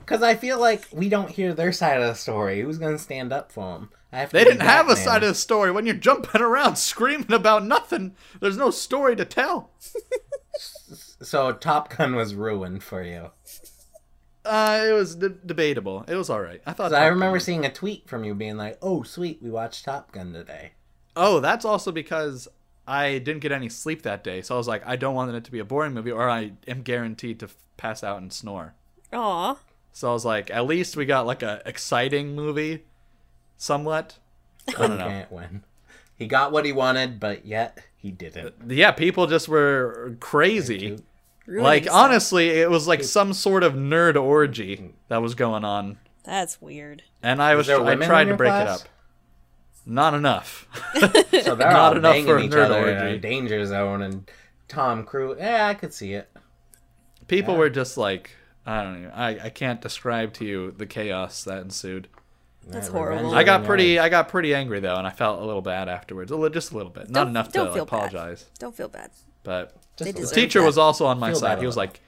A: Because I feel like we don't hear their side of the story. Who's gonna stand up for them? I have to
C: They
A: be
C: didn't have a
A: Batman.
C: side of the story. When you're jumping around screaming about nothing, there's no story to tell.
A: So Top Gun was ruined for you.
C: Uh, it was de- debatable. It was all right. I thought.
A: So I
C: Top
A: remember
C: Gun-
A: seeing a tweet from you being like, "Oh, sweet, we watched Top Gun today."
C: Oh, that's also because I didn't get any sleep that day, so I was like, I don't want it to be a boring movie, or I am guaranteed to f- pass out and snore.
B: Aw.
C: So I was like, at least we got like a exciting movie, somewhat.
A: I
C: don't know.
A: Can't win. He got what he wanted, but yet he didn't.
C: Yeah, people just were crazy.
A: Cute.
B: Ruining
C: Like
B: stuff.
C: honestly, it was like some sort of nerd orgy that was going on,
B: That's weird.
C: and I was
A: there
C: I
A: women in
C: tried to
A: your
C: break
A: class?
C: it up. Not enough.
A: So they're
C: Not
A: all
C: enough
A: banging
C: for a
A: each
C: nerd
A: other in
C: orgy.
A: a danger zone, and Tom Cruise. Yeah, I could see it.
C: people were just like i don't know I, I can't describe to you the chaos that ensued
B: That's
A: Alright,
B: horrible.
A: revenge
C: i got
A: Very
C: pretty
A: nice.
C: i got pretty angry though and i felt a little bad afterwards a li- just a little bit not
B: Don't-
C: enough to
B: don't
C: like,
B: feel bad.
C: apologize
B: Don't feel bad.
C: but
A: Just
B: They
A: a
C: the
B: deserve
A: little-
C: teacher
B: that.
C: was also on my
A: Feel
C: side
A: bad
C: he was
A: about
C: like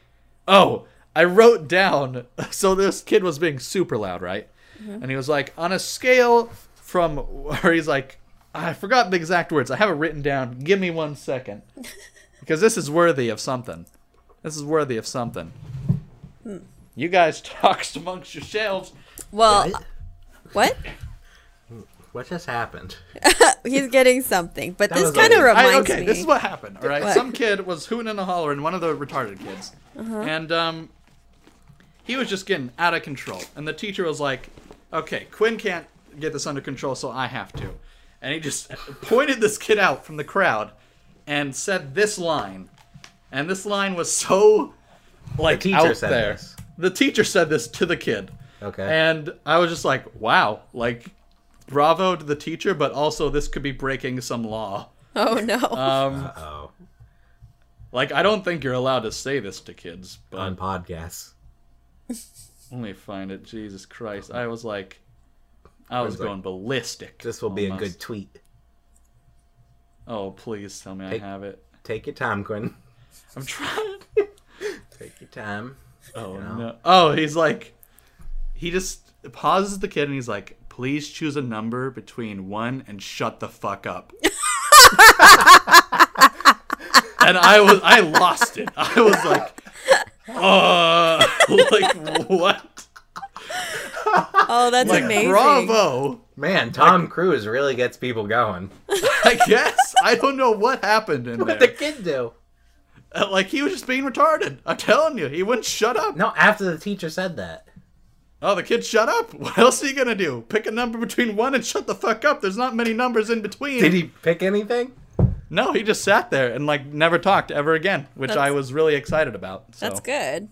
C: oh i wrote down so this kid was being super loud right
A: Mm-hmm.
C: and he was like on a scale from where he's like i forgot the exact words i have it written down give me one second because this is worthy of something this is worthy of something
A: Hmm.
C: you guys talked amongst yourselves
B: Well, what?
A: What just happened?
B: He's getting something, but this
A: was
B: kind of
A: a-
C: I-
B: reminds
C: okay,
B: me.
C: this is what happened. All right,
B: What?
C: some kid was hooting and a hollering, one of the retarded kids,
B: Uh-huh.
C: and um, he was just getting out of control. And the teacher was like, "Okay, Quinn can't get this under control, so I have to." And he just pointed this kid out from the crowd and said this line, and this line was so like
A: teacher
C: out
A: said
C: there.
A: this.
C: The teacher said this to the kid.
A: Okay.
C: And I was just like, wow, like bravo to the teacher, but also this could be breaking some law.
B: oh no.
C: Um,
A: oh,
C: like I don't think you're allowed to say this to kids,
A: on
C: but
A: podcasts.
C: let me find it. Jesus Christ. I was like I was
A: It's like,
C: going ballistic.
A: This will be a
C: almost.
A: good tweet.
C: Oh, please tell me I
A: Take-
C: have it.
A: Take your time, Quinn.
C: I'm trying.
A: Take your time.
C: Oh
A: know?
C: no. Oh, he's like he just pauses the kid and he's like, "Please choose a number between 1 and shut the fuck up." and I was I lost it. I was like, "Uh, like what?"
B: oh, that's
C: Like
B: amazing.
C: bravo.
A: Man, Tom Cruise really gets people going.
C: I guess I don't know what happened in
A: What the
C: there.
A: kid do?
C: Uh, Like he was just being retarded. I'm telling you, he wouldn't shut up.
A: No, after the teacher said that.
C: Oh, the kid shut up. What else are you gonna do? Pick a number between one and shut the fuck up. There's not many numbers in between.
A: Did he pick anything?
C: No, he just sat there and like never talked ever again, which I
B: That's-
C: was really excited about. So.
B: That's good.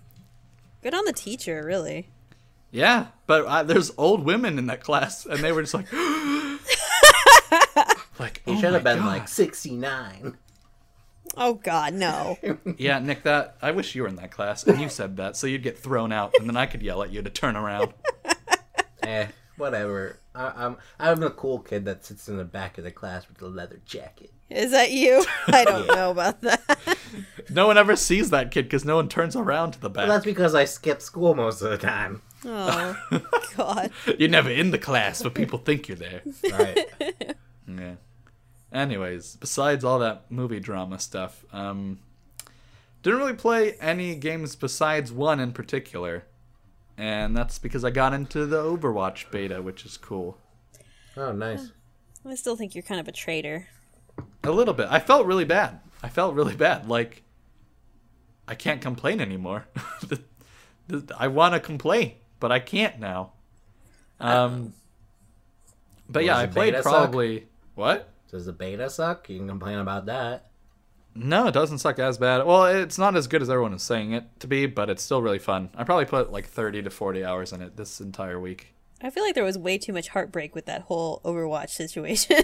B: Good on the teacher, really.
C: Yeah, but I, there's old women in that class, and they were just like, like oh
A: He should have been like 69.
B: Oh God, no.
C: yeah, Nick. That I wish you were in that class and you said that, so you'd get thrown out, and then I could yell at you to turn around.
A: eh, whatever. I, I'm I'm the cool kid that sits in the back of the class with the leather jacket.
B: Is that you? I don't know about that.
C: No one ever sees that kid because no one turns around to the
A: Well, that's
C: back.
A: because I skip school most of the time.
B: Oh God.
C: you're never in the class, but people think you're there.
A: Right.
C: Yeah. Anyways, besides all that movie drama stuff, um, didn't really play any games besides one in particular, and that's because I got into the Overwatch beta, which is cool.
A: Oh, nice.
B: I still think you're kind of a traitor.
C: A little bit. I felt really bad. I felt really bad. Like, I can't complain anymore. The- the- I want to complain, but I can't now. Um, but yeah,
A: does
C: I
A: the
C: played
A: beta suck?
C: probably. What?
A: Does the beta suck? You can complain about that.
C: No, it doesn't suck as bad. Well, it's not as good as everyone is saying it to be, but it's still really fun. I probably put like 30 to 40 hours in it this entire week.
B: I feel like there was way too much heartbreak with that whole Overwatch situation.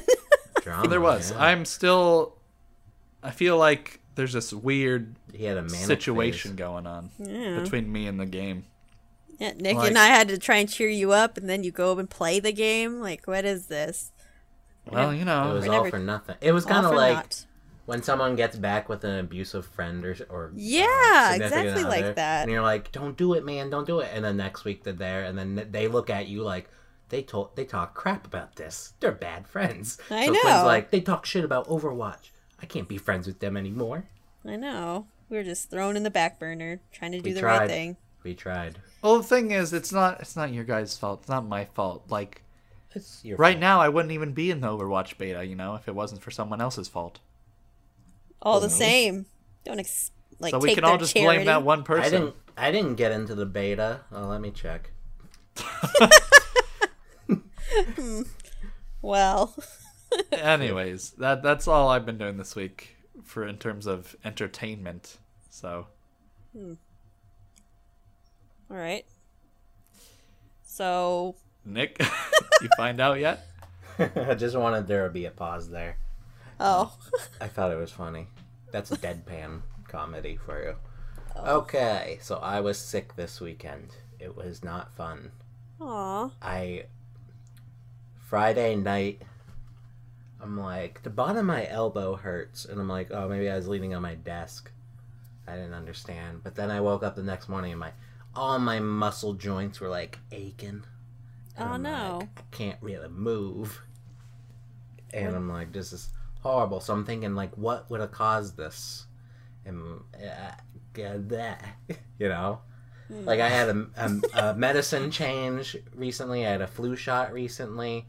A: Drama,
C: There was.
A: Oh, yeah.
C: I'm still. I feel like there's this weird
A: He had a manic
C: situation
A: phase.
C: going on between me and the game.
B: Yeah, Nick
C: Like-
B: and I had to try and cheer you up, and then you go and play the game. Like, what is this?
C: Well, you know,
A: It was
B: We're
A: all
B: never-
A: for nothing. It was kind of
B: Off or
A: like
B: not?
A: when someone gets back with an abusive friend or or
B: yeah,
A: significant
B: exactly
A: other,
B: like that.
A: And you're like, "Don't do it, man. Don't do it." And then next week they're there, and then they look at you like they told they talk crap about this. They're bad friends.
B: I
A: so
B: know.
A: Quinn's like they talk shit about Overwatch. I can't be friends with them anymore.
B: I know. We were just thrown in the back burner, trying to do the right
A: tried.
B: thing.
A: We tried.
C: well, the thing is, it's not it's not your guys' fault. It's not my fault. Like
A: It's your
C: right now, I wouldn't even be in the Overwatch beta. You know, if it wasn't for someone else's fault.
B: All the same, don't ex- like
C: so
B: take
C: we can
B: their
C: all just
B: charity.
C: blame that one
A: I
C: person.
A: didn't. I didn't get into the beta. Oh, let me check.
B: Well,
C: Anyways, that that's all I've been doing this week for in terms of entertainment. So
B: all right. So
C: Nick, you find out yet?
A: I just wanted there to be a pause there.
B: oh,
A: I thought it was funny. That's deadpan comedy for you. Okay, so I was sick this weekend. It was not fun.
B: aw,
A: I Friday night I'm like the bottom of my elbow hurts and I'm like, oh maybe I was leaning on my desk. I didn't understand. But then I woke up the next morning and my all my muscle joints were like aching. And
B: Oh,
A: I'm
B: no.
A: like, I can't really move. And I'm like, this is horrible. So I'm thinking like what would have caused this? And uh, that you know?
B: Hmm.
A: Like I had a, a, a medicine change recently. I had a flu shot recently,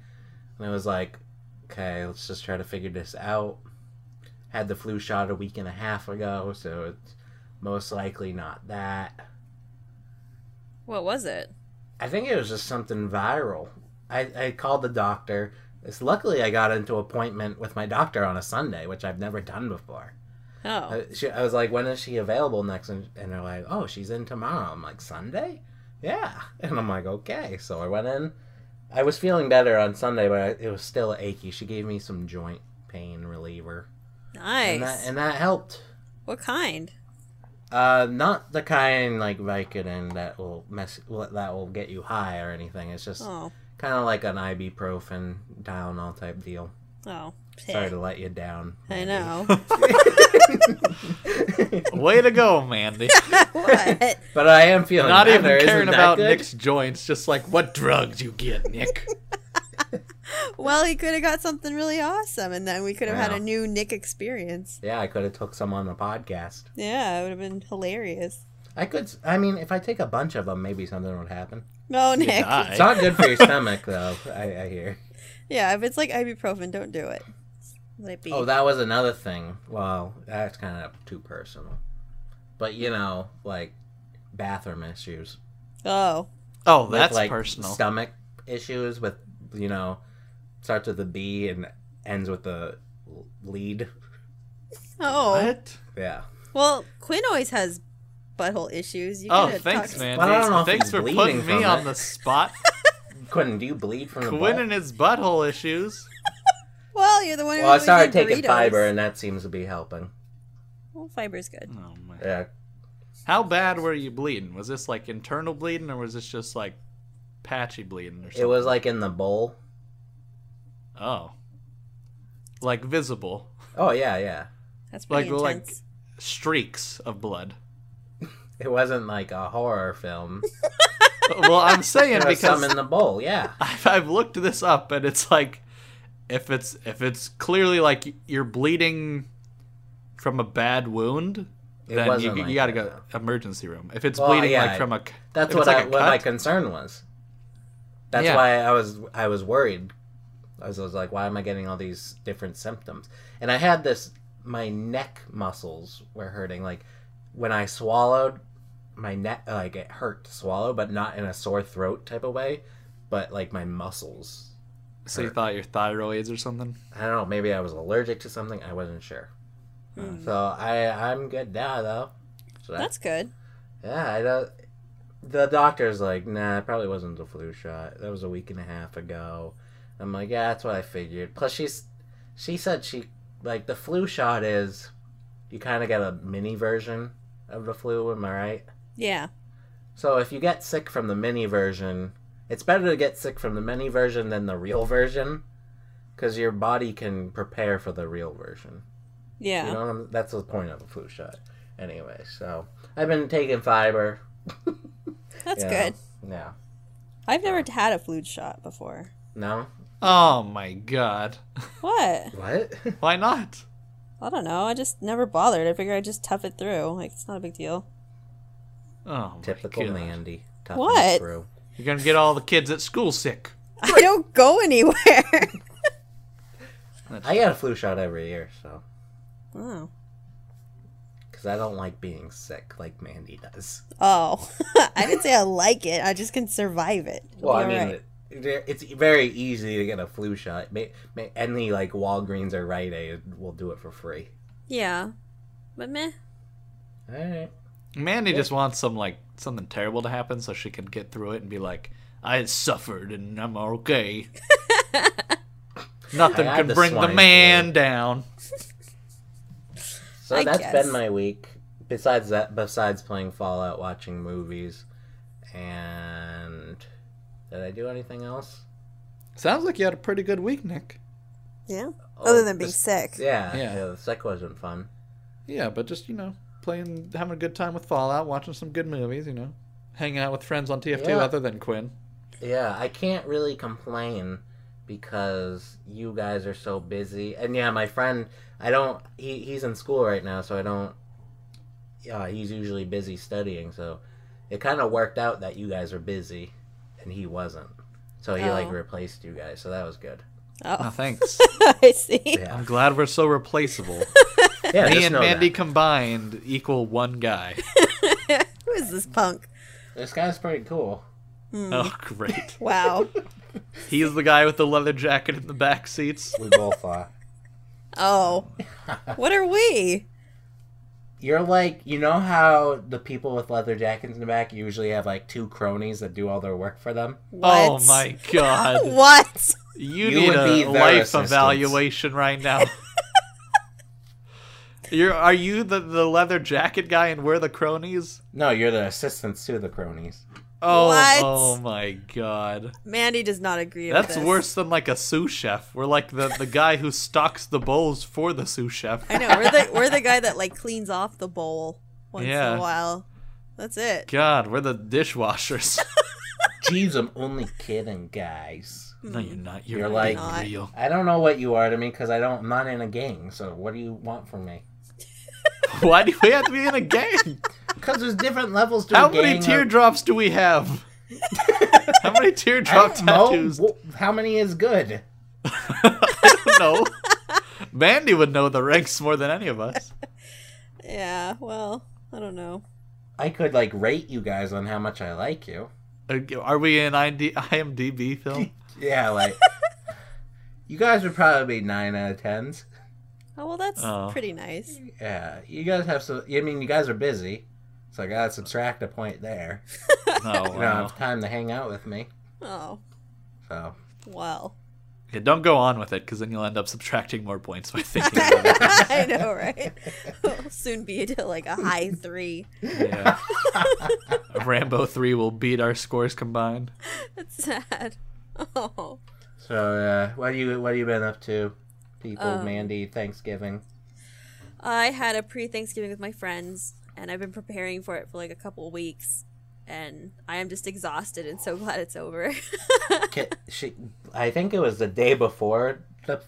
A: and I was like, okay, let's just try to figure this out. Had the flu shot a week and a half ago, so it's most likely not that.
B: what was it?
A: I think it was just something viral. I, I called the doctor. It's luckily I got into appointment with my doctor on a Sunday, which I've never done before.
B: Oh,
C: Uh,
A: I, she, I was like, when is she available next? And, and they're like, oh, she's in tomorrow. I'm like, Sunday? Yeah. And I'm like, okay. So I went in. I was feeling better on Sunday, but I, it was still achy. She gave me some joint pain reliever.
B: nice.
A: And, that, and that helped.
B: what kind?
A: Uh, not the kind like Vicodin that will mess will- that will get you high or anything. It's just
B: Oh,
A: kind of like an ibuprofen, Tylenol type deal.
B: oh,
A: Sorry to let you down.
B: I
A: Mandy.
B: know.
C: Way to go, Mandy.
B: what?
A: but I am feeling
C: Not even
A: better. Isn't
C: caring
A: that
C: about
A: good?
C: Nick's joints, just like what drugs you get, Nick.
B: Well, he could have got something really awesome, and then we could have had
A: Wow.
B: a new Nick experience.
A: Yeah, I could have took some on the podcast.
B: Yeah, it would have been hilarious.
A: I could. s- I mean, if I take a bunch of them, maybe something would happen.
B: No, Nick.
C: die.
A: It's not good for your stomach, though. I, I hear.
B: Yeah, if it's like ibuprofen, don't do it. Let it be.
A: Oh, that was another thing. Well, that's kind of too personal. But you know, like bathroom issues.
B: Oh,
C: Oh,
A: With,
C: that's
A: like,
C: personal.
A: Stomach issues with you know starts with a B and ends with a l- lead.
B: oh.
C: What?
A: Yeah.
B: Well, Quinn always has butthole issues. You
C: Oh,
B: could've
C: thanks,
B: talked-
C: man.
A: Well, I don't know if
C: thanks
A: he's
C: for
A: bleeding
C: putting
A: from
C: me on
A: it.
C: the spot.
A: Quentin, do you bleed from the
C: Quinn
A: butt?
C: and his butthole issues.
B: Well, you're the one who.
A: Well, I
B: always
A: started
B: did
A: taking
B: burritos.
A: fiber, and that seems to be helping.
B: Well, fiber's good.
C: Oh my.
A: Yeah.
C: How bad were you bleeding? Was this like internal bleeding, or was this just like patchy bleeding, or something?
A: It was like in the bowl.
C: Oh. Like visible,
A: Oh yeah, yeah.
B: That's pretty
C: like like
B: intense.
C: streaks of blood.
A: It wasn't like a horror film.
C: well, I'm saying
A: There was
C: because
A: some in the bowl, yeah.
C: I've, I've looked this up and it's like if it's if it's clearly like you're bleeding from a bad wound
A: It
C: then you,
A: wasn't
C: you
A: like
C: gotta go
A: that,
C: emergency room if it's
A: Well,
C: bleeding
A: yeah,
C: like from a c-
A: That's
C: if
A: what
C: it's like
A: I,
C: a
A: what my
C: cut,
A: concern was. That's
C: Yeah.
A: why I was I was worried I was, I was like, why am I getting all these different symptoms? And I had this, my neck muscles were hurting. Like when I swallowed, my neck, like it hurt to swallow, but not in a sore throat type of way, but like my muscles.
C: So you thought your thyroids or something?
A: I don't know, maybe I was allergic to something. I wasn't sure. So I, I'm good now though. So I-
B: That's good.
A: yeah, I don't. The doctor's like, nah, it probably wasn't the flu shot. That was a week and a half ago. I'm like, yeah, that's what I figured. Plus, she's, she said she like the flu shot is, you kind of get a mini version of the flu. Am I right?
B: Yeah.
A: So if you get sick from the mini version, it's better to get sick from the mini version than the real version, because your body can prepare for the real version.
B: Yeah.
A: You know, what I'm- that's the point of a flu shot. Anyway, so I've been taking fiber.
B: That's
A: Yeah.
B: good.
A: Yeah.
B: I've never had a flu shot before.
A: No.
C: Oh my god.
B: What?
A: What?
C: Why not?
B: I don't know. I just never bothered. I figure I just tough it through. Like it's not a big deal.
C: Oh, my
A: Typical
C: God.
A: Mandy. Tough
B: What?
A: and True.
C: You're gonna get all the kids at school sick.
B: I don't go anywhere.
A: I get a flu shot every year, so
B: oh.
A: because I don't like being sick like Mandy does.
B: Oh. I didn't say I like it. I just can survive it. It'll
A: Well,
B: be
A: I mean,
B: alright.
A: it- it's very easy to get a flu shot. Ma- ma- Any like Walgreens or Rite Aid will do it for free.
B: yeah. But meh.
A: All right.
C: Mandy just wants some like something terrible to happen so she can get through it and be like, I suffered and I'm okay. Nothing
A: I had
C: can
A: the
C: bring the
A: swine
C: man
A: flu.
C: down.
A: So
B: I
A: that's
B: guess.
A: been my week. Besides that, besides playing Fallout, watching movies, and did I do anything else?
C: Sounds like you had a pretty good week, Nick.
B: Yeah.
A: Oh,
B: Other than being
A: this-
B: sick.
A: Yeah,
C: Yeah.
A: yeah. The sick wasn't fun.
C: Yeah, but just, you know, playing having a good time with Fallout, watching some good movies, you know. Hanging out with friends on TF2
A: Yeah.
C: other than Quinn.
A: Yeah, I can't really complain because you guys are so busy. And yeah, my friend, I don't. He he's in school right now, so I don't. Yeah, he's usually busy studying, so it kind of worked out that you guys were busy, and he wasn't. So he like
B: Oh.
A: replaced you guys, so that was good.
C: Oh,
B: Oh.
C: thanks.
B: I see.
A: Yeah,
C: I'm glad we're so replaceable.
A: yeah.
C: Me
A: just
C: and
A: know
C: Mandy
A: that.
C: combined equal one guy.
B: Who is this punk?
A: this guy's pretty cool.
C: oh, great.
B: Wow.
C: He's the guy with the leather jacket in the back seats.
A: We both are.
B: Oh. What are we?
A: You're like, you know how the people with leather jackets in the back usually have like two cronies that do all their work for them?
B: What?
C: Oh my god.
B: What?
C: You,
A: You
C: need
A: would be
C: a
A: their
C: life
A: assistants.
C: evaluation right now. You're are you the, the leather jacket guy and we're the cronies?
A: No, you're the assistants to the cronies.
C: Oh,
B: What?
C: oh my god.
B: Mandy does not agree with
C: That's
B: this.
C: worse than like a sous chef. We're like the, the guy who stocks the bowls for the sous chef.
B: I know. We're the we're the guy that like cleans off the bowl once in
C: Yeah.
B: a while. That's it.
C: God, we're the dishwashers.
A: Jeez, I'm only kidding, guys.
C: no, you're not. You're,
A: You're like-
B: Not.
C: real.
A: I don't know what you are to me because I don't. I'm not in a gang. So what do you want from me?
C: Why do we have to be in a gang?
A: Because there's different levels to
C: How
A: a gang.
C: many
A: of-
C: teardrops do we have? How many
A: I
C: teardrop
A: don't know
C: tattoos?
A: wh- How many is good?
C: I don't know. Mandy would know the ranks more than any of us.
B: Yeah. Well, I don't know.
A: I could like rate you guys on how much I like you.
C: Are- Are we in ID- IMDb film?
A: Yeah, like you guys would probably be nine out of tens.
B: Oh well, that's
C: Oh.
B: pretty nice.
A: Yeah, you guys have some. I mean, you guys are busy, so I gotta subtract a point there.
C: No,
A: You don't
C: wow.
A: have time to hang out with me,
B: Oh
A: so
B: well.
C: Yeah, don't go on with it because then you'll end up subtracting more points by thinking about it.
B: I know, right? We'll soon be to like a high three.
C: Yeah. Rambo 3 will beat our scores combined.
B: That's sad. Oh.
A: so uh, what do you what have you been up to, people?
B: Um,
A: Mandy, Thanksgiving.
B: I had a pre-Thanksgiving with my friends, and I've been preparing for it for like a couple weeks, and I am just exhausted and so glad it's over.
A: Ki- she, I think it was the day before the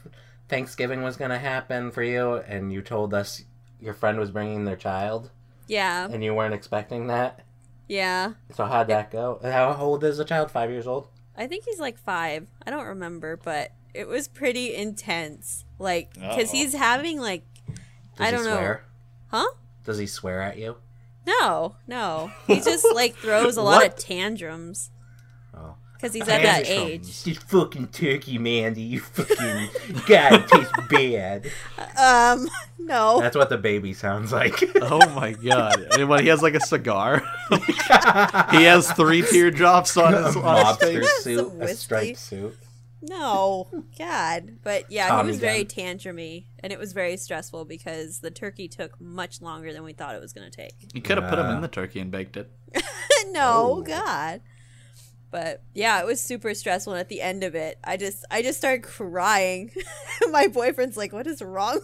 A: Thanksgiving was gonna happen for you, and you told us your friend was bringing their child,
B: yeah,
A: and you weren't expecting that.
B: yeah.
A: So how'd that go? How old is the child? Five years old.
B: I think he's like five. I don't remember, but it was pretty intense. Like, because
C: Uh-oh.
B: he's having like,
A: Does
B: I don't
A: he
B: know,
A: swear?
B: huh?
A: Does he swear at you?
B: No, no. He just like throws a lot of
C: What?
B: tantrums
A: Oh.
B: because he's at that age.
A: Tantrums. This fucking turkey, Mandy. You fucking god, it tastes bad.
B: Um, no.
A: That's what the baby sounds like.
C: Oh my god! And what he has like a cigar. he has three teardrops on
A: a
C: his on his
A: mobster
C: face.
A: suit,
B: Some
A: a
B: whiskey.
A: striped suit.
B: No, God. But yeah,
A: Tommy
B: he was very
A: gun.
B: tantrumy, and it was very stressful because the turkey took much longer than we thought it was going to take.
C: You could have put him
A: Yeah.
C: in the turkey and baked it.
B: no,
A: Oh.
B: God. But yeah, it was super stressful. And at the end of it, I just, I just started crying. My boyfriend's like, "What is wrong?"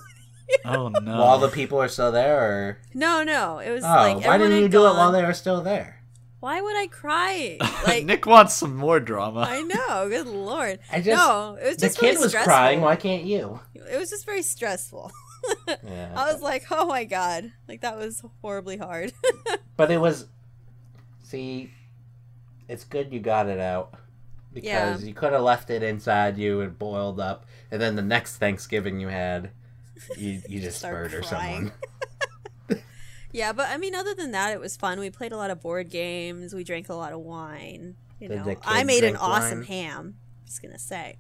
C: Oh no!
A: while the people are still there, or
B: No, no, it was
A: oh,
B: like,
A: why
B: everyone
A: didn't
B: had
A: you do it
B: gone.
A: while they were still there?
B: Why would I cry? Like,
C: Nick wants some more drama.
B: I know. Good lord.
A: I just
B: no, it was
A: the
B: just
A: kid
B: really
A: was
B: stressful.
A: crying. Why can't you?
B: It was just very stressful.
A: Yeah,
B: I was like, oh my god, like that was horribly hard.
A: but it was. See, it's good you got it out because you could have left it inside you and boiled up, and then the next Thanksgiving you had, you you just
B: Start
A: murder
B: crying.
A: someone.
B: yeah, but I mean, other than that, it was fun. We played a lot of board games. We drank a lot of wine. You
A: Did
B: know,
A: the
B: I
A: kid
B: made an
A: drink
B: awesome
A: wine?
B: ham. Just gonna say,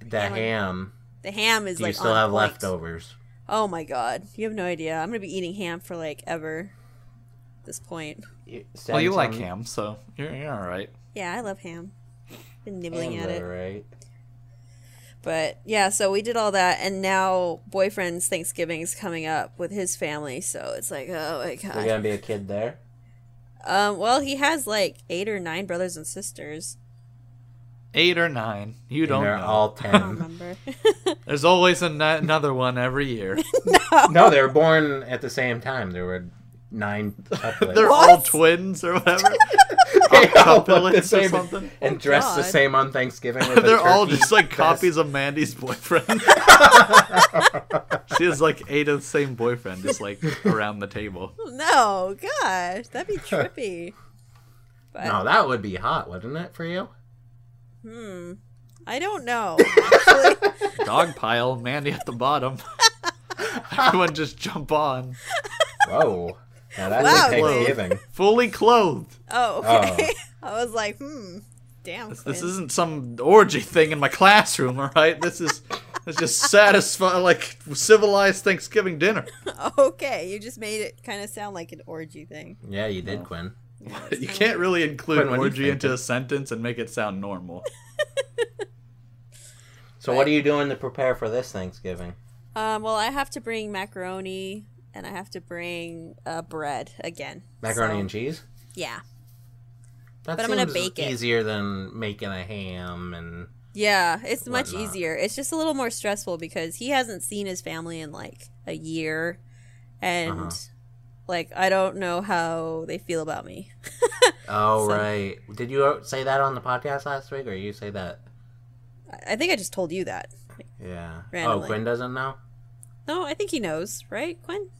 A: The
B: Yeah, like-
A: ham.
B: the ham is
A: Do
B: like
A: you still
B: on
A: have
B: point.
A: leftovers?
B: Oh my god, you have no idea. I'm gonna be eating ham for like ever. At this point,
A: You-
C: Well, you
A: send
C: like
A: some-
C: ham, so you're, you're all right.
B: yeah, I love ham. Been nibbling
A: Ham's
B: at it.
A: alright.
B: But yeah, so we did all that, and now boyfriend's Thanksgiving's coming up with his family, so it's like, oh my
A: There's
B: god.
A: gonna be a kid there.
B: Um, well, he has like eight or nine brothers and sisters.
C: Eight or nine, you
A: and
C: don't
A: they're
C: know.
A: all
B: I don't
A: ten.
B: remember.
C: There's always an- another one every year.
A: no, they were born at the same time. There were nine. couplets.
C: They're all
B: What?
C: twins or whatever.
A: They all look the
C: Couplets or
A: same
C: something.
A: and dressed the
B: Oh, God.
A: same on Thanksgiving. With a
C: They're all
A: turkey
C: just like
A: vest.
C: copies of Mandy's boyfriend. she has like eight of the same boyfriend, just like around the table.
B: no, gosh, that'd be trippy. But
A: No, that would be hot, wouldn't it, for you?
B: hmm, I don't know. Actually,
C: Dog pile, Mandy at the bottom. Everyone just jump on.
A: Whoa. Now that's
B: Wow,
A: like
B: dude.
A: Thanksgiving.
C: Fully clothed.
B: oh, okay. I was like, hmm, damn.
C: This,
B: Quinn.
C: this isn't some orgy thing in my classroom, all right? This is it's just satisfy like civilized Thanksgiving dinner.
B: okay. You just made it kind of sound like an orgy thing.
A: Yeah, you did, Quinn.
C: You can't really include
A: Quinn, what do you
C: orgy
A: think
C: into a
A: of-
C: sentence and make it sound normal.
A: So what are you doing to prepare for this Thanksgiving?
B: Um, well, I have to bring macaroni and I have to bring uh, bread again.
A: Macaroni
B: So,
A: and cheese?
B: Yeah.
A: That
B: But I'm gonna
A: seems
B: bake it.
A: easier than making a ham and
B: Yeah, it's much
A: Whatnot.
B: easier. It's just a little more stressful because he hasn't seen his family in like a year and
A: Uh-huh.
B: like I don't know how they feel about me.
A: oh
B: So-
A: right. Did you say that on the podcast last week, or you say that?
B: I- I think I just told you that.
A: Yeah.
B: Randomly.
A: Oh, Quinn doesn't know.
B: No, I think he knows, right, Quinn?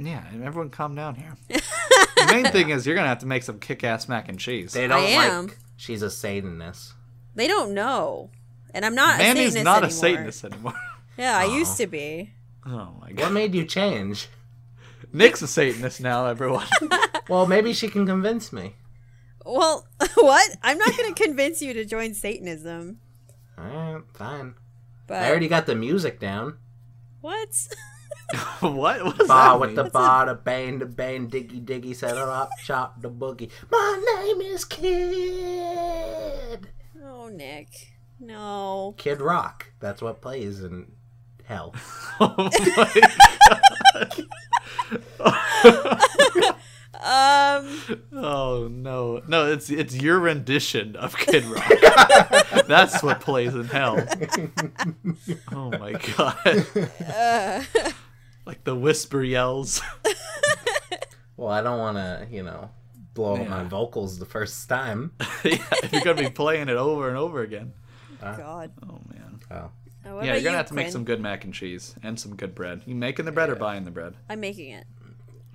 C: Yeah, and everyone calm down here. the main thing is you're gonna have to make some kick ass mac and cheese.
A: They don't
B: am.
A: like. She's a Satanist.
B: They don't know. And I'm not a
C: Mandy's
B: Satanist
C: not
B: anymore.
C: a Satanist anymore.
B: Yeah, I
A: Aw.
B: used to be.
C: Oh my
A: What
C: god.
A: made you change?
C: Nick's a Satanist now, everyone.
A: Well, maybe she can convince me.
B: Well, what? I'm not going to convince you to join Satanism.
A: All right, fine.
B: But
A: I already got the music down.
B: what?
C: what? What does
A: Ba
C: that
A: with
C: mean?
A: the ba, the bang, the bang, diggy, diggy, settle up, chop, the boogie. My name is Kid.
B: Oh, Nick. No.
A: Kid Rock. That's what plays in hell.
C: Oh my God.
B: Um
C: oh no. No, it's it's your rendition of Kid Rock. That's what plays in hell. Oh my god.
B: uh,
C: Like the whisper yells.
A: Well, I don't want to, you know, blow up my
C: Yeah.
A: vocals the first time.
C: yeah, if you're gonna be playing it over and over again.
B: God.
C: Oh man.
A: Oh.
B: Uh, what
C: yeah,
B: about
C: you're gonna
B: you,
C: have to make
B: Quinn?
C: some good mac and cheese and some good bread. You making the bread or buying the bread?
B: I'm making it.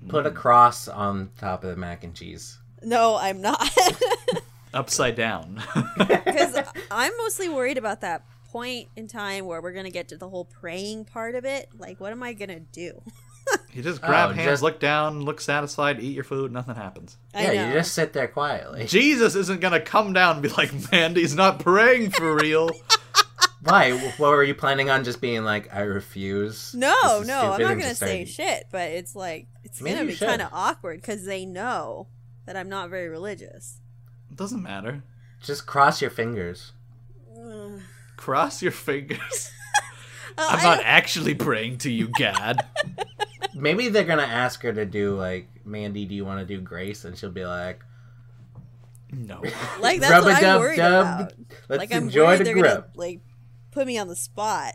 A: Put a cross on top of the mac and cheese.
B: No, I'm not.
C: upside down.
B: Because I'm mostly worried about that point in time where we're gonna get to the whole praying part of it. Like, what am I gonna do?
C: you just grab
A: Oh,
C: hands,
A: just-
C: look down, look satisfied, eat your food, nothing happens.
B: I
A: yeah,
B: know.
A: you just sit there quietly.
C: Jesus isn't gonna come down and be like, Mandy's not praying for real.
A: Why? What were you planning on just being like? I refuse.
B: No,
A: This is
B: no, I'm
A: stupid,"
B: not
A: and
B: gonna
A: just
B: say
A: started-
B: shit, but it's like it's
A: Maybe
B: gonna
A: you
B: be
A: should.
B: kind of awkward because they know that I'm not very religious.
C: Doesn't matter.
A: Just cross your fingers.
B: Ugh.
C: Cross your fingers.
B: Oh,
C: I'm
B: I
C: not
B: don't-
C: actually praying to you, God.
A: Maybe they're gonna ask her to do like, Mandy, do you want to do grace? And she'll be like,
C: no.
B: like that's
A: Rub a
B: what I'm
A: dub
B: worried
A: dub.
B: about.
A: Let's
B: Like I'm
A: enjoy
B: worried
A: the
B: they're
A: grip.
B: gonna like put me on the spot.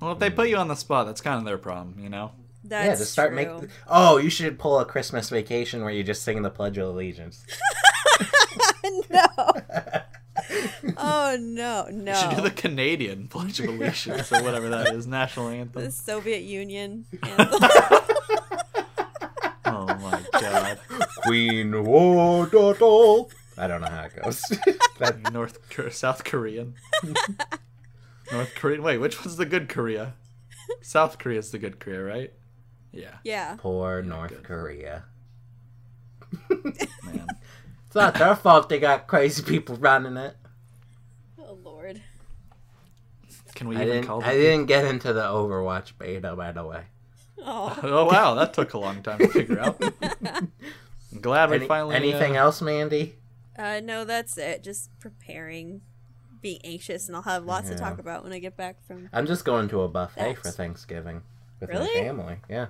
C: Well, if they put you on the spot, that's kind of their problem, you know?
B: That's
A: yeah, just start
B: true.
A: making. Oh, you should pull a Christmas vacation where you just sing the Pledge of Allegiance.
B: no. oh no, no.
C: You should do the Canadian Pledge of Allegiance or whatever that is, national
B: the
C: anthem.
B: Soviet Union.
C: Oh my god.
A: Queen War da, da. I don't know how it goes. that,
C: North Kor- South Korean. North Korean. Wait, which one's the good Korea? South Korea's the good Korea, right? Yeah,
B: yeah.
A: poor North
C: good.
A: Korea.
C: man.
A: It's not their fault they got crazy people running it.
B: Oh lord.
C: Can we
A: I
C: even
A: didn't.
C: call
A: I
C: them?
A: didn't get into the Overwatch beta, by the way.
B: Oh.
C: Oh wow, that took a long time to figure out. I'm glad we
A: Any-
C: finally
A: anything
C: uh,
A: else, Mandy?
B: Uh, no, that's it. Just preparing, being anxious, and I'll have lots to talk
A: Yeah.
B: about when I get back from.
A: I'm just going to a buffet
B: That's-
A: for Thanksgiving with
B: Really?
A: my family. Yeah.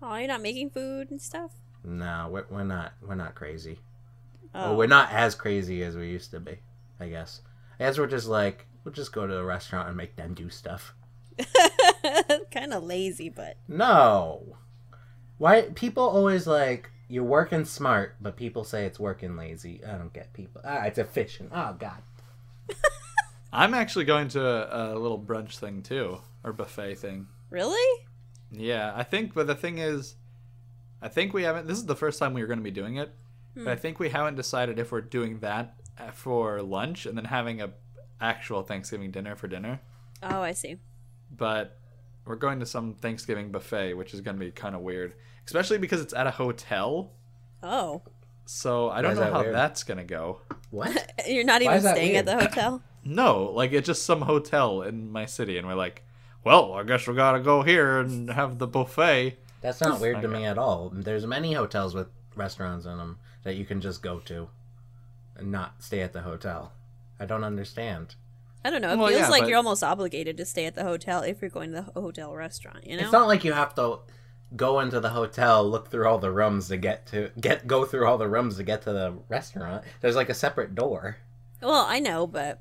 B: Oh, you're not making food and stuff.
A: No, we're, we're not. We're not crazy.
B: Oh,
A: Well, we're not as crazy as we used to be, I guess. As we're just like, we'll just go to a restaurant and make them do stuff.
B: kind of lazy, but
A: No. Why people always like you're working smart, but people say it's working lazy. I don't get people. Ah, it's efficient. Oh God.
C: I'm actually going to a, a little brunch thing too, or buffet thing.
B: really,
C: Yeah, I think. But the thing is, I think we haven't. This is the first time we were going to be doing it. But I think we haven't decided if we're doing that uh, for lunch and then having a actual Thanksgiving dinner for dinner.
B: oh, I see.
C: But we're going to some Thanksgiving buffet, which is going to be kind of weird, especially because it's at a hotel.
B: Oh,
C: So I don't
A: is
C: know
A: that
C: how
A: weird?
C: that's going to go.
A: What?
B: you're not
A: Why
B: even
A: is that
B: staying at the
A: weird?
B: hotel.
C: No, like it's just some hotel in my city, and we're like, well, I guess we gotta go here and have the buffet.
A: That's not weird to
C: Okay.
A: me at all. There's many hotels with restaurants in them that you can just go to and not stay at the hotel. I don't understand.
B: I don't know. It
C: Well,
B: feels
C: yeah,
B: like
C: but-
B: you're almost obligated to stay at the hotel if you're going to the ho- hotel restaurant. You know.
A: It's not like you have to go into the hotel, look through all the rooms to get to get go through all the rooms to get to the restaurant. There's like a separate door.
B: well, I know, but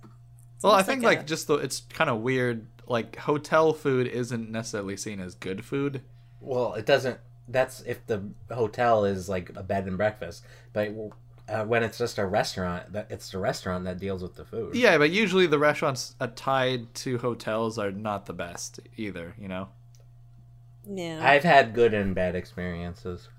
C: well, I
B: almost
C: think
B: like
C: like
B: a-
C: just the it's kind of weird. Like hotel food isn't necessarily seen as good food.
A: Well, it doesn't. That's if the hotel is like a bed and breakfast, but uh, when it's just a restaurant, that it's the restaurant that deals with the food.
C: Yeah, but usually the restaurants uh, tied to hotels are not the best either. You know.
B: yeah.
A: I've had good and bad experiences.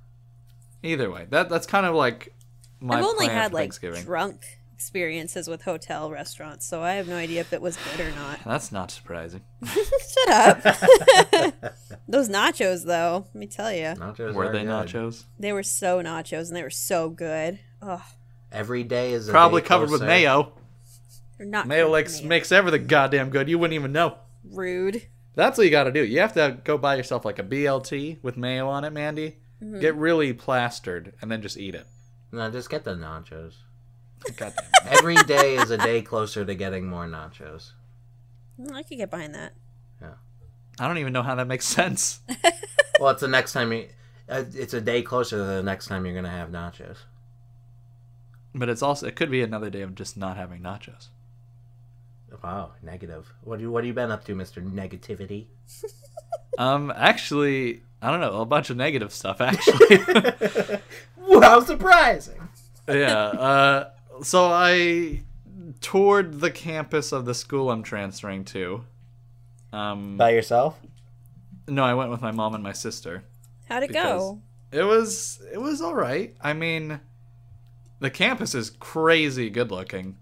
C: Either way, that that's kind of like my
B: I've only
C: plan
B: had
C: for
B: like
C: Thanksgiving.
B: drunk experiences with hotel restaurants, so I have no idea if it was good or not.
C: that's not surprising.
B: Shut up. Those nachos, though, let me tell you,
A: Nachos
C: Were
A: are
C: they
A: good.
C: nachos?
B: they were so nachos and they were so good. Oh,
A: Every day is a
C: Probably
A: day
C: covered with
A: closer.
C: mayo.
B: they're not
C: Mayo
B: good,
C: likes
B: man.
C: makes everything goddamn good. You wouldn't even know.
B: rude.
C: That's what you got to do. You have to go buy yourself like a BLT with mayo on it, Mandy.
B: Mm-hmm.
C: Get really plastered and then just eat it.
A: No, just get the nachos.
C: Goddamn.
A: Every day is a day closer to getting more nachos.
B: Mm, I could get behind that.
C: I don't even know how that makes sense.
A: Well, it's the next time you. Uh, it's a day closer to the next time you're gonna have nachos.
C: But it's also it could be another day of just not having nachos.
A: Wow, negative. What do what have you been up to, Mister Negativity?
C: Um, actually, I don't know a bunch of negative stuff. Actually,
A: Wow, surprising.
C: yeah. Uh, so I toured the campus of the school I'm transferring to. Um,
A: By yourself?
C: no, I went with my mom and my sister.
B: How'd it
C: Because-
B: go?
C: It was it was all right. I mean, The campus is crazy good looking.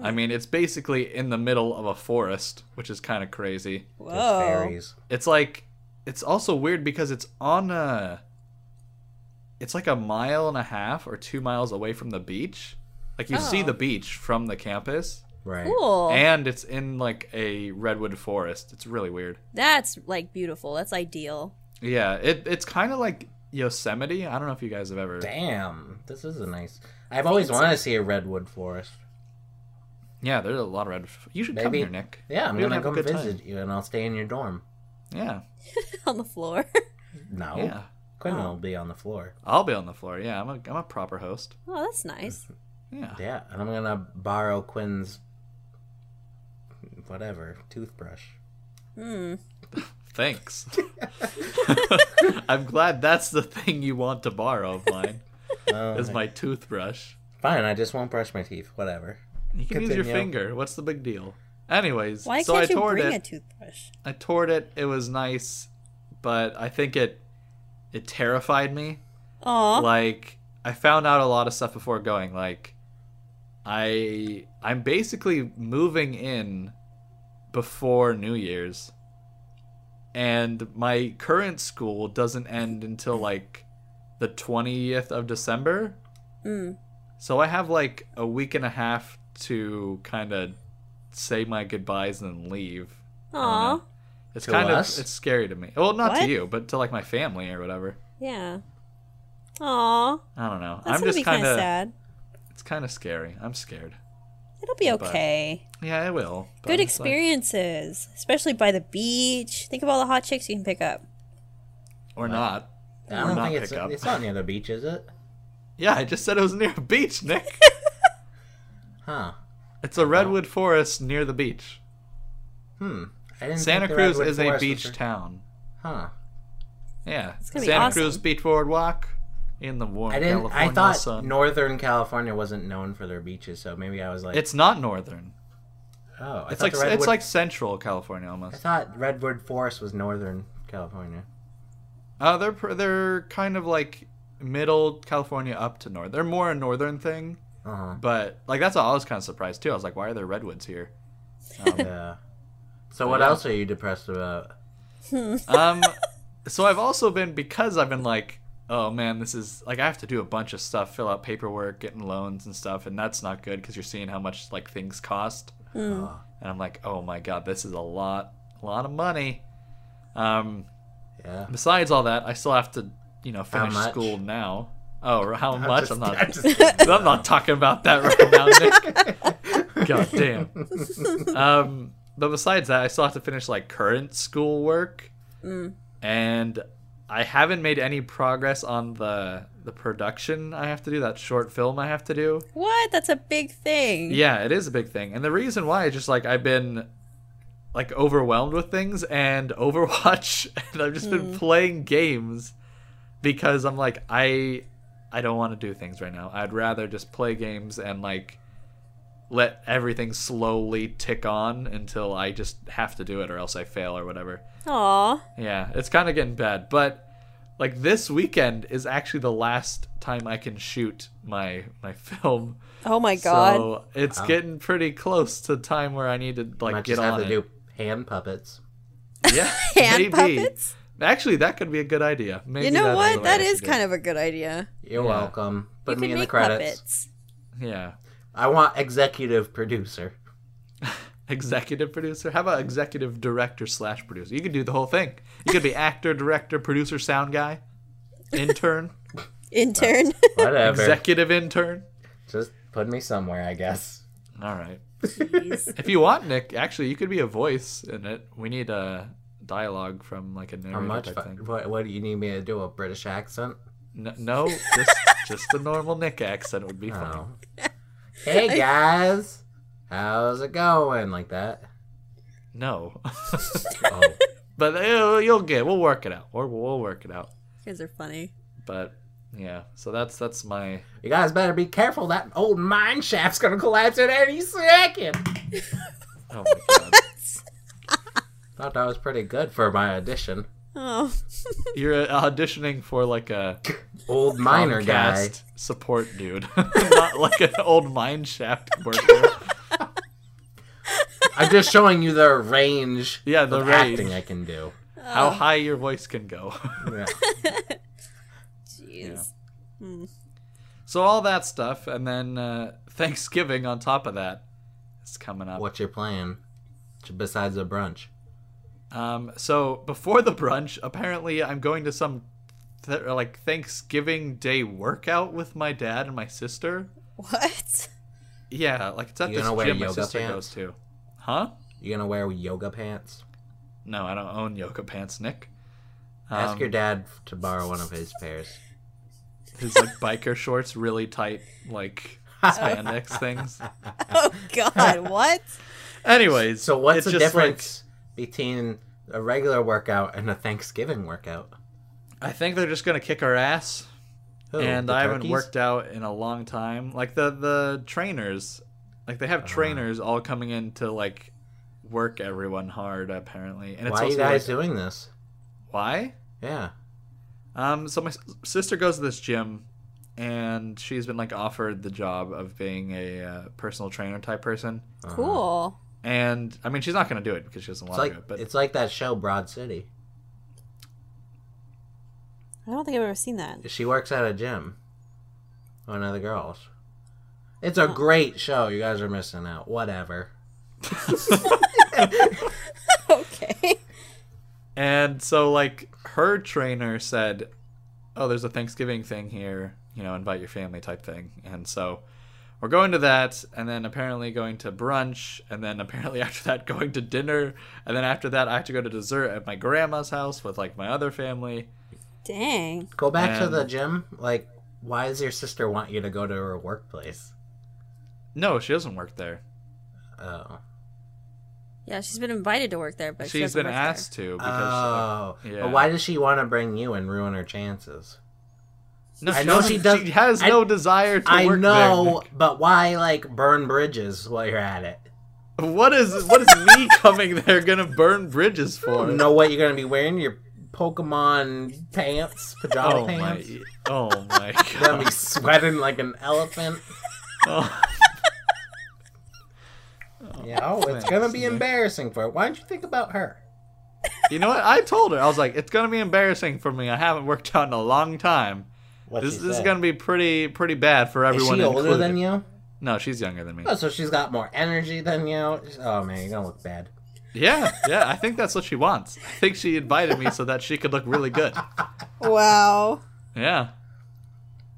C: I mean, it's basically in the middle of a forest, which is kind of crazy.
A: Those
B: Whoa.
A: fairies.
C: It's like it's also weird because it's on a it's like a mile and a half or 2 miles away from the beach. Like you see
B: Oh.
C: the beach from the campus
A: Right.
B: Cool.
C: and it's in like a redwood forest. It's really weird.
B: That's like beautiful. That's ideal.
C: Yeah, it it's kind of like Yosemite. I don't know if you guys have ever
A: Damn, this is a nice. I've always
B: Fancy.
A: wanted to see a redwood forest.
C: Yeah, there's a lot of redwood. You should come
A: Maybe-
C: here, Nick.
A: Yeah, I'm
C: We would
A: gonna
C: have a
A: come
C: good time.
A: visit you, and I'll stay in your dorm.
C: Yeah.
B: On the floor.
A: No,
C: Yeah.
A: Quinn
B: Oh.
A: will be on the floor.
C: I'll be on the floor. Yeah, I'm a I'm a proper host.
B: Oh, that's nice.
C: Yeah.
A: Yeah, and I'm gonna borrow Quinn's whatever toothbrush.
B: Hmm.
C: Thanks. I'm glad that's the thing you want to borrow of mine.
A: Oh,
C: Is my toothbrush.
A: Fine, I just won't brush my teeth. Whatever.
C: You can use your
A: Continue.
C: finger. What's the big deal? Anyways,
B: Why
C: so
B: can't
C: I
B: you
C: toured
B: bring
C: it.
B: a toothbrush?
C: I toured it. It was nice, but I think it it terrified me.
B: Aw.
C: like I found out a lot of stuff before going. Like I I'm basically moving in before New Year's. And my current school doesn't end until like the 20th of December.
B: Mm.
C: So I have like a week and a half to kind of say my goodbyes and then leave.
B: Aw.
C: It's
A: To
C: kind
A: us?
C: of it's scary to me. Well, not to
B: What?
C: you, but to like my family or whatever.
B: Yeah. Aw.
C: I don't know.
B: That's
C: I'm
B: gonna
C: just
B: be kind
C: kind
B: of
C: of
B: sad.
C: It's kind of scary. I'm scared.
B: It'll be
C: but-
B: okay.
C: Yeah, it will. but
B: Good
C: I'm just like-
B: experiences, especially by the beach. Think of all the hot chicks you can pick up.
C: or not.
A: I
C: Or
A: don't
C: not
A: think it's
C: pick up.
A: it's not near the beach, is it?
C: Yeah, I just said it was near a beach, Nick.
A: Huh.
C: it's a redwood forest near the beach.
A: Hmm. I didn't
C: Santa
A: think the
C: Cruz
A: redwood
C: is a
A: forest was
C: beach
A: for-
C: town.
A: Huh.
C: Yeah.
B: gonna be
C: Santa
B: awesome.
C: Cruz Beach Boardwalk in the warm
A: I didn't.
C: California
A: I thought
C: sun.
A: Northern California wasn't known for their beaches, so maybe I was like,
C: it's not northern.
A: oh, I
C: It's
A: thought
C: like
A: the redwood,
C: it's like central California
A: I
C: almost.
A: thought redwood forest was Northern California.
C: Uh, they're pr- they're kind of like middle California up to north. They're more a northern thing,
A: Uh huh.
C: but like that's how I was kind of surprised too. I was like, why are there redwoods here?
A: yeah. uh, So what
C: Yeah.
A: else are you depressed about?
C: Um, so I've also been because I've been like, oh man, this is like I have to do a bunch of stuff, fill out paperwork, getting loans and stuff, and that's not good because you're seeing how much like things cost,
A: Uh,
C: and I'm like, oh my god, this is a lot, a lot of money. Um,
A: yeah.
C: besides all that, I still have to, you know, finish
A: much?
C: school now. Oh, how much?
A: just-
C: I'm not.
A: I'm
C: I'm,
A: just-
C: not talking about that right now, Nick. god damn. Um, but besides that, I still have to finish like current school work
B: Mm.
C: and I haven't made any progress on the the production I have to do, that short film I have to do.
B: What? That's a big thing.
C: Yeah, it is a big thing. And the reason why is just like I've been like overwhelmed with things and Overwatch and I've just been playing games because I'm like I I don't want to do things right now. I'd rather just play games and like let everything slowly tick on until I just have to do it or else I fail or whatever.
B: Aw.
C: Yeah, it's kind of getting bad, but like this weekend is actually the last time I can shoot my my film.
B: Oh my god.
C: So it's getting pretty close to time where I need to like
A: I
C: get
A: just have
C: on
A: to
C: it.
A: do hand puppets.
C: Yeah,
B: Hand
C: maybe.
B: puppets?
C: Actually, that could be a good idea. Maybe
B: you know
C: that's
B: what?
C: what
B: That is kind of a good idea.
A: You're
C: Yeah.
A: welcome. Put
B: you
A: me
B: can
A: in the
B: make
A: credits.
B: puppets.
C: of yeah.
A: I want executive producer.
C: Executive producer? How about executive director slash producer? You could do the whole thing. You could be actor, director, producer, sound guy, intern,
B: Intern.
A: Whatever.
C: executive intern.
A: Just put me somewhere, I guess.
C: All right.
B: Jeez.
C: If you want, Nick, actually, you could be a voice in it. We need a dialogue from like a
A: How
C: narrator
A: much?
C: type
A: fu-
C: thing.
A: What, what do you need me to do? A British accent?
C: No, no just just a normal Nick accent would be fine.
A: Oh. hey guys, how's it going? Like that?
C: No,
A: Oh,
C: but it'll- you'll get. We'll work it out, or we'll work it out.
B: You guys are funny.
C: But yeah, so that's that's my
A: you guys better be careful. That old mine shaft's gonna collapse at any second.
C: oh my god.
A: Thought that was pretty good for my audition.
B: Oh,
C: You're uh, auditioning for like a
A: Old miner guy.
C: Comcast support dude, not like an old mine shaft worker.
A: I'm just showing you the range
C: Yeah, the
A: of
C: range.
A: acting I can do.
C: How high your voice can go.
A: Yeah.
B: jeez.
C: so all that stuff, and then uh, Thanksgiving on top of that is coming up.
A: What's your plan besides a brunch?
C: Um, so before the brunch, apparently I'm going to some th- like Thanksgiving Day workout with my dad and my sister.
B: What?
C: Yeah, like it's at
A: You
C: this
A: gonna wear
C: gym my
A: yoga
C: sister
A: pants?
C: goes to. Huh?
A: You gonna wear yoga pants?
C: No, I don't own yoga pants, Nick.
A: Ask
C: Um,
A: your dad to borrow one of his pairs.
C: his like biker shorts, really tight, like spandex things.
B: Oh God, what?
C: Anyways,
A: So what's
C: it's
A: the
C: just, like,
A: difference between a regular workout and a Thanksgiving workout?
C: I think they're just gonna kick our ass,
A: Oh,
C: and
A: the
C: I haven't
A: turkeys?
C: worked out in a long time. Like the the trainers, like they have
A: Ah.
C: trainers all coming in to like work everyone hard apparently. And it's
A: Why are
C: also
A: you guys
C: like,
A: doing this?
C: why?
A: Yeah.
C: Um, so my s- sister goes to this gym, and she's been like offered the job of being a uh, personal trainer type person.
A: Uh-huh.
B: Cool.
C: And I mean, she's not gonna do it because she doesn't
A: It's like
C: want to do it. But
A: it's like that show Broad City.
B: I don't think I've ever seen that.
A: She works at a gym. One of the girls. It's a great show. You guys are missing out. Whatever.
B: okay.
C: And so, like, her trainer said, Oh, there's a Thanksgiving thing here, you know, invite your family type thing. And so we're going to that, and then apparently going to brunch, and then apparently after that, going to dinner. And then after that, I have to go to dessert at my grandma's house with, like, my other family.
B: Dang.
A: Go back to
C: And-
A: the gym. Like, why does your sister want you to go to her workplace?
C: No, she doesn't work there.
A: Oh.
B: Yeah, she's been invited to work there, but she
C: She's
B: hasn't
C: been
B: worked there.
C: asked to because.
A: Oh.
C: yeah.
A: But why does she want to bring you and ruin her chances?
C: No,
A: I know she
C: doesn't-
A: does-
C: She has
A: I-
C: no desire to
A: I
C: work
A: know,
C: there,
A: but why like burn bridges while you're at it?
C: Nick. What is what is me coming there gonna burn bridges
A: I
C: for?
A: don't know what you're gonna be wearing. Your Pokemon pants, pajama
C: Oh my!
A: pants.
C: Oh my
A: You're gonna
C: god!
A: be sweating like an elephant.
C: Oh.
A: Yeah, oh, it's
C: Thanks,
A: gonna be
C: Nick.
A: embarrassing for her. Why don't you think about her?
C: You know what? I told her I was like, it's gonna be embarrassing for me. I haven't worked out in a long time.
A: What
C: This, this is gonna be pretty pretty bad for
A: Is
C: everyone.
A: she older
C: included.
A: than you?
C: No, she's younger than me.
A: Oh, so she's got more energy than you. Oh man, you're gonna look bad.
C: Yeah, yeah. I think that's what she wants. I think she invited me so that she could look really good.
B: Wow.
C: Yeah.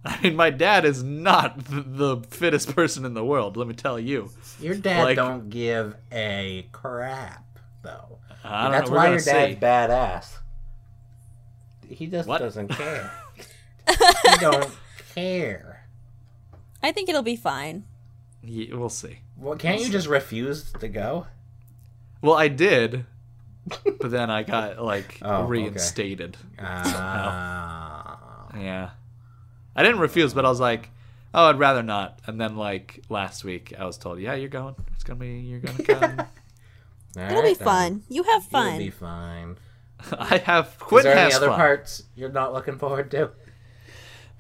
C: I mean, my dad is not th- the fittest person in the world. Let me tell you.
A: Your dad
C: Like-
A: don't give a crap though.
C: I don't
A: That's
C: know. We're
A: why
C: gonna
A: your
C: see.
A: dad's badass. He just
C: What?
A: doesn't care. he don't care.
B: I think it'll be fine.
C: Ye- we'll see.
A: Well, can't you just refuse to go?
C: Well, I did, but then I got like
A: Oh, okay.
C: reinstated.
A: Ah.
C: Yeah. I didn't refuse, but I was like, oh, I'd rather not. And then like last week, I was told, yeah, you're going. It's gonna be, you're gonna come.
B: It'll be fun. You have
A: Fun. It'll
B: fun.
A: be fine.
C: I have
A: Is
C: quit.
A: there any
C: has
A: other
C: fun.
A: parts you're not looking forward to,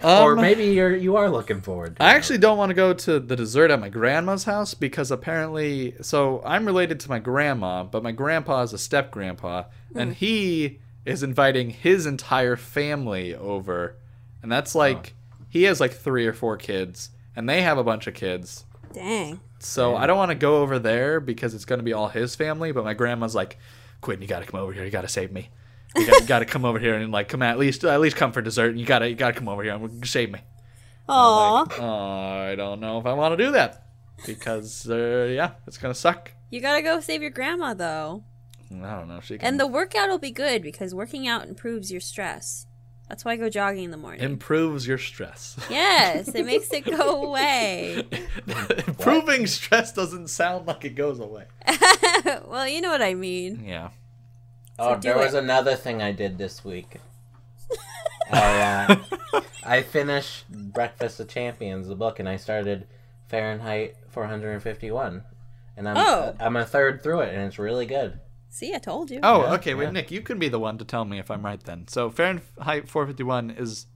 C: Um,
A: or maybe you're you are looking forward? to
C: I
A: it.
C: actually don't want to go to the dessert at my grandma's house because apparently, so I'm related to my grandma, but my grandpa is a step grandpa,
A: Hmm.
C: and he is inviting his entire family over, and that's like he has like three or four kids, and they have a bunch of kids,
B: Dang.
C: So I don't want to go over there because it's going to be all his family. But my grandma's like, Quinn, you got to come over here. You got to save me. You got, to come over here and like come at least at least come for dessert. And you got to you got to come over here and save me.
B: Aw.
C: Like, "Aw, I don't know if I want to do that because uh, yeah, it's gonna suck.
B: You gotta go save your grandma though.
C: I don't know. She can
B: And the workout will be good because working out improves your stress. That's why I go jogging in the morning.
C: improves your stress.
B: yes, it makes it go away.
C: Improving stress doesn't sound like it goes away.
B: well, you know what I mean.
C: Yeah.
A: Oh,
B: do
A: there was
B: it.
A: another thing I did this week. I, uh, I finished Breakfast of Champions, the book, and I started Fahrenheit 451, and I'm
B: Oh.
A: I'm a third through it, and it's really good.
B: See, I told you.
C: Oh,
A: Yeah,
C: okay. Wait,
A: yeah.
C: Nick, you can be the one to tell me if I'm right then. So Fahrenheit 451 is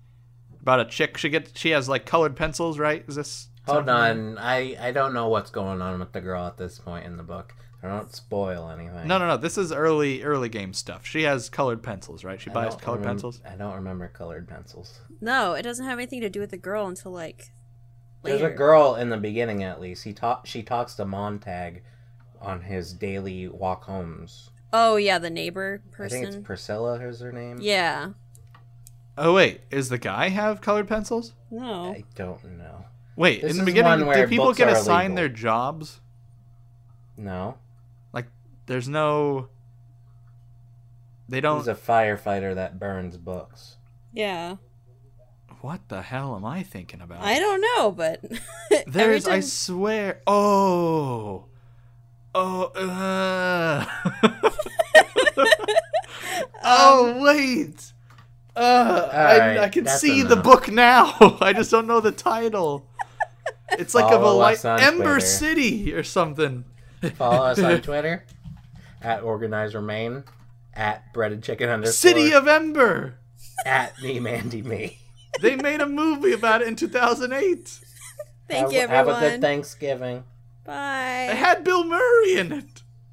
C: about a chick. She gets she has like colored pencils, right? Is this?
A: Hold
C: something-
A: on, I I don't know what's going on with the girl at this point in the book. I don't spoil anything.
C: No, no, no. This is early early game stuff. She has colored pencils, right? She
A: I
C: buys
A: don't
C: colored
A: remem-
C: pencils.
A: I don't remember colored pencils.
B: No, it doesn't have anything to do with the girl until like later.
A: There's a girl in the beginning, at least. He talk. She talks to Montag on his daily walk homes.
B: Oh yeah, the neighbor
A: I think
B: person.
A: it's Priscilla. Is her name?
B: yeah.
C: Oh wait, is the guy have colored pencils?
B: No.
A: I don't know.
C: Wait,
A: This
C: in the
A: is
C: beginning,
A: one
C: do
A: where
C: people
A: books
C: get
A: are
C: assigned
A: illegal.
C: their jobs?
A: No.
C: Like, there's no. They don't.
A: He's a firefighter that burns books.
B: Yeah.
C: What the hell am I thinking about?
B: I don't know, but every
C: There's, I
B: time,
C: swear. Oh, oh, uh. oh, wait. Uh, I,
A: right,
C: I can
A: that's
C: see the
A: enough.
C: book now. I just don't know the title. It's like of a
A: Follow
C: light
A: us on
C: Ember
A: Twitter.
C: City or something.
A: Follow us on Twitter at Organize Remain, at Breaded Chicken underscore,
C: City of Ember.
A: at Me Mandy Me.
C: They made a movie about it in 2008.
B: thank
A: have,
B: you
A: Have
B: everyone.
A: a good Thanksgiving.
B: Bye.
C: It had Bill Murray in it.